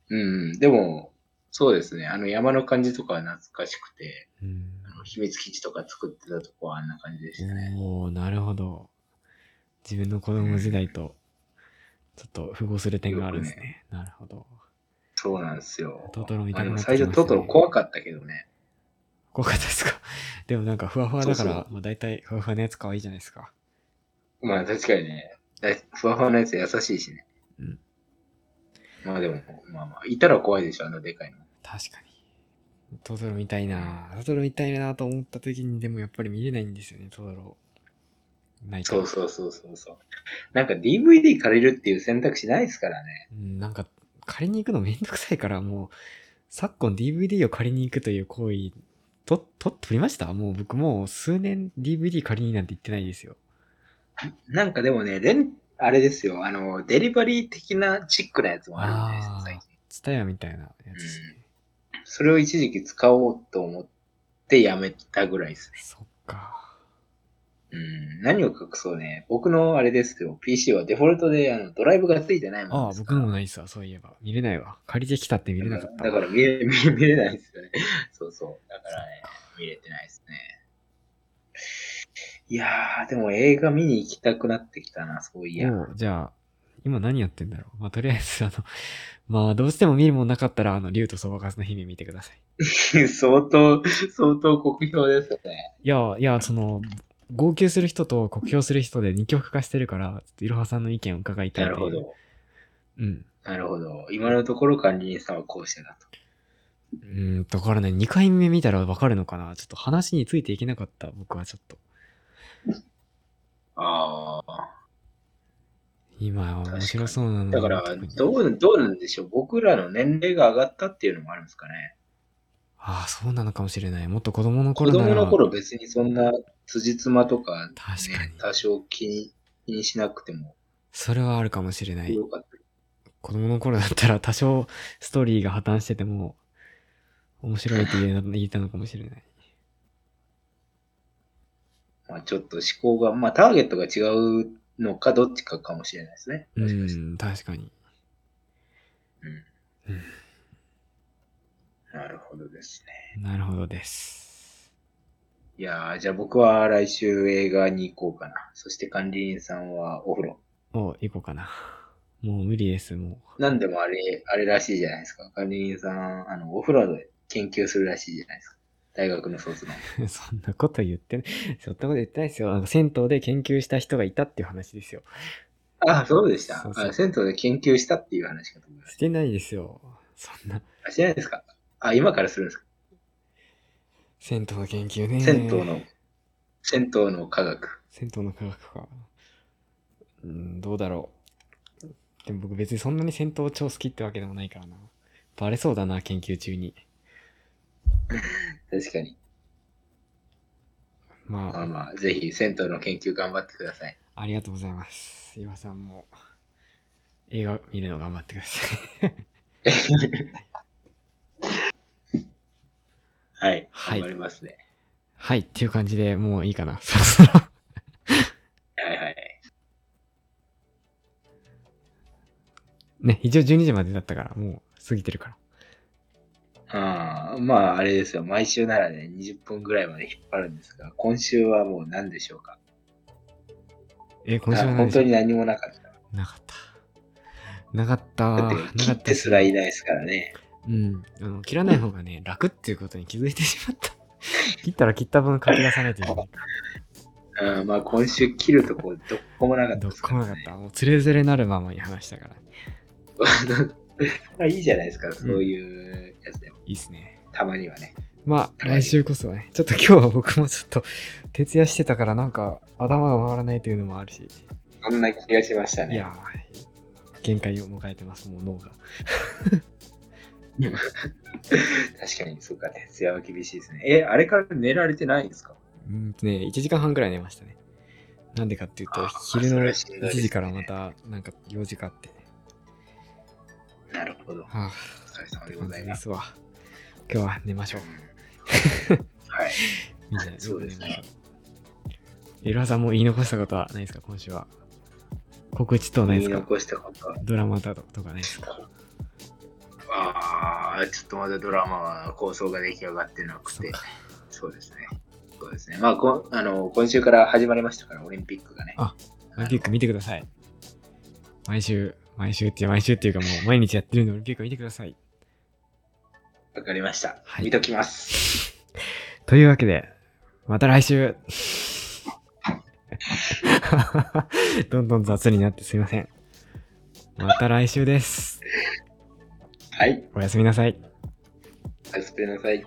Speaker 1: うんうん、でも、そうですね。あの山の感じとかは懐かしくて、
Speaker 2: うん
Speaker 1: あの秘密基地とか作ってたとこはあんな感じでしたね。
Speaker 2: おー、なるほど。自分の子供時代と、ちょっと符合する点があるんですね。なるほど。
Speaker 1: そうなんですよ。
Speaker 2: トトロみたいに
Speaker 1: あの
Speaker 2: なってき
Speaker 1: 最
Speaker 2: ましたね
Speaker 1: 初トトロ怖かったけどね。
Speaker 2: 怖かったですか *laughs* でもなんかふわふわだから、
Speaker 1: そうそう
Speaker 2: まあ、大体ふわふわのやつ可愛いじゃないですか。
Speaker 1: まあ確かにね、だいふわふわのやつ優しいしね。
Speaker 2: うん
Speaker 1: まあでも、まあまあ、いたら怖いでしょ、あのでかいの。
Speaker 2: 確かに。トトロ見たいなぁトトロ見たいなぁと思った時にでもやっぱり見れないんですよね、トトロ。ない
Speaker 1: そう
Speaker 2: う。
Speaker 1: そうそうそうそう。なんか DVD 借りるっていう選択肢ないですからね。
Speaker 2: うん、なんか、借りに行くのめんどくさいから、もう、昨今 DVD を借りに行くという行為、と、と、取りましたもう僕もう数年 DVD 借りになんて言ってないですよ。
Speaker 1: なんかでもね、レンあれですよ、あの、デリバリー的なチックなやつもあるんですよ、
Speaker 2: あー
Speaker 1: 最近。
Speaker 2: ツタヤみたいなやつですね。
Speaker 1: それを一時期使おうと思ってやめたぐらいですね。
Speaker 2: そっか。
Speaker 1: うん、何を隠そうね、僕のあれですよ、PC はデフォルトであのドライブがついてないもん
Speaker 2: ああ
Speaker 1: で、すか
Speaker 2: 僕
Speaker 1: ら。
Speaker 2: のもないっすわ、そういえば。見れないわ。借りてきたって見れなかった
Speaker 1: だ
Speaker 2: わ。
Speaker 1: から見れ見れ見れないですよね。そうそう。だからね、見れてないですね。いやー、でも映画見に行きたくなってきたな、そういや。
Speaker 2: おうじゃあ、今何やってんだろう。まあ、とりあえず、あの、 *laughs* まあ、どうしても見るもんなかったら、あの、竜とそばかすの姫見てください。
Speaker 1: *laughs* 相当、相当酷評ですよね。
Speaker 2: いや、いや、その、号泣する人と酷評する人で二極化してるから、ちょっといろはさんの意見を伺いたい
Speaker 1: な
Speaker 2: とい
Speaker 1: る
Speaker 2: う
Speaker 1: ほど。。
Speaker 2: うん。
Speaker 1: なるほど。今のところ管理人さんはこうしてたと。
Speaker 2: うーん、だからね、二回目見たらわかるのかな。ちょっと話についていけなかった、僕はちょっと。
Speaker 1: ああ。
Speaker 2: 今、面白そうなのに
Speaker 1: だから
Speaker 2: 特に、
Speaker 1: どう、どうなんでしょう。僕らの年齢が上がったっていうのもあるんですかね。
Speaker 2: ああ、そうなのかもしれない。もっと子供の
Speaker 1: 子
Speaker 2: 頃なら
Speaker 1: 供の頃別にそんな辻褄とか、ね、
Speaker 2: 確かに。
Speaker 1: 多少気に気にしなくても
Speaker 2: それはあるかもしれない。
Speaker 1: よかった。
Speaker 2: 子供の頃だったら多少ストーリーが破綻してても面白いって言えな言えたのかもしれない。
Speaker 1: まあ、ちょっと思考が、まあターゲットが違うのかどっちかかもしれないですね。
Speaker 2: う
Speaker 1: もしかして
Speaker 2: ん、確かに。
Speaker 1: なるほどですね。
Speaker 2: なるほどです。
Speaker 1: いやーじゃあ僕は来週映画に行こうかな。そして管理人さんはお風呂。
Speaker 2: お、行こうかな。もう無理です、も
Speaker 1: なんでもあれ、あれらしいじゃないですか。管理人さん、あの、お風呂で研究するらしいじゃないですか。大学の卒の。
Speaker 2: う。 *laughs* そんなこと言ってない。そんなこと言ってないですよ。なんか銭湯で研究した人がいたっていう話ですよ。
Speaker 1: あ、そうでした。
Speaker 2: そうそう
Speaker 1: あ銭湯で研究したっていう話かと思いまし
Speaker 2: してないですよ。そんな、
Speaker 1: た。あ、してないですかあ、今からするんですか、
Speaker 2: 銭湯の研究ね。
Speaker 1: 銭湯の、銭湯の科学。
Speaker 2: 銭湯の科学か。うん、どうだろう。でも僕別にそんなに銭湯超好きってわけでもないからな。バレそうだな、研究中に。
Speaker 1: 確かに。
Speaker 2: ま
Speaker 1: まあ
Speaker 2: あ、
Speaker 1: まあ、ぜひ銭湯の研究頑張ってください。
Speaker 2: ありがとうございます。岩さんも、映画見るの頑張ってください。 *laughs*
Speaker 1: はい。
Speaker 2: はい
Speaker 1: 頑張りますね。
Speaker 2: はい、っていう感じでもういいかな。 *laughs* そろそろ。
Speaker 1: はいはい。
Speaker 2: ね、一応12時までだったから、もう過ぎてるから。
Speaker 1: あーまあ、あれですよ。毎週ならね、20分ぐらいまで引っ張るんですが、今週はもう何でしょうか。
Speaker 2: え、今週は
Speaker 1: あ
Speaker 2: 何
Speaker 1: 本
Speaker 2: でしょ
Speaker 1: 当
Speaker 2: う
Speaker 1: に何もなかった。
Speaker 2: なかった。なかった。
Speaker 1: だ
Speaker 2: な
Speaker 1: って
Speaker 2: かった
Speaker 1: 切ってすらいないですからね。
Speaker 2: うん。あの、切らない方
Speaker 1: *laughs*
Speaker 2: がね、楽っていうことに気づいてしまった。 *laughs* 切ったら切った分書き出
Speaker 1: *laughs*
Speaker 2: さないといけない。
Speaker 1: うん、まあ今週切るとこどこもなかった
Speaker 2: どっ
Speaker 1: です
Speaker 2: こ
Speaker 1: から
Speaker 2: もな
Speaker 1: ね
Speaker 2: かった。もう、つれづれなるままに話したから。
Speaker 1: まあいいじゃないですか、そういうやつでも。
Speaker 2: いいっすね。
Speaker 1: たまにはね。
Speaker 2: まあ、
Speaker 1: はい
Speaker 2: 来週こそはね、ちょっと今日は僕もちょっと、徹夜してたから、なんか、頭が回らないというのもあるし、
Speaker 1: そんな気がしました
Speaker 2: い
Speaker 1: ね。
Speaker 2: やー、限界を迎えてます、もう脳が。
Speaker 1: 確かに、そうか、徹夜は厳しいですね。え、あれから寝られてないんですか
Speaker 2: うんとね、1時間半くらい寝ましたね。なんでかっていうと
Speaker 1: あー、
Speaker 2: 昼の
Speaker 1: それはしんどいで
Speaker 2: 1
Speaker 1: すね
Speaker 2: 時からまた、なんか用事があって、
Speaker 1: なるほど。
Speaker 2: は
Speaker 1: お
Speaker 2: ぁ、
Speaker 1: 疲れ様
Speaker 2: って
Speaker 1: でご
Speaker 2: 感
Speaker 1: ざ
Speaker 2: じ
Speaker 1: い
Speaker 2: で
Speaker 1: ます。
Speaker 2: すわ。今日は寝ましょう。
Speaker 1: はい。
Speaker 2: みんなよく
Speaker 1: そう
Speaker 2: 寝
Speaker 1: で
Speaker 2: まし
Speaker 1: す
Speaker 2: ょう
Speaker 1: ね。
Speaker 2: エラさんも言い残したことはないですか、今週は。告知等ない
Speaker 1: 言
Speaker 2: で
Speaker 1: い
Speaker 2: すか
Speaker 1: 残したことは。
Speaker 2: ドラマだととかないですか
Speaker 1: ああ、ちょっとまだドラマは構想が出来上がってなく
Speaker 2: そう
Speaker 1: て
Speaker 2: か。
Speaker 1: そうですね。そうですね。まあ、こあの今週から始まりましたから、オリンピックがね。
Speaker 2: あオリンピック見てください。毎週、毎週って、毎週っていうかもう毎日やってるんでオリンピック見てください。
Speaker 1: わかりました。
Speaker 2: はい
Speaker 1: 見ときます。
Speaker 2: というわけで、また来週 *laughs* どんどん雑になってすいません。また来週です。
Speaker 1: はい。
Speaker 2: おやすみなさい。
Speaker 1: おやすみなさい。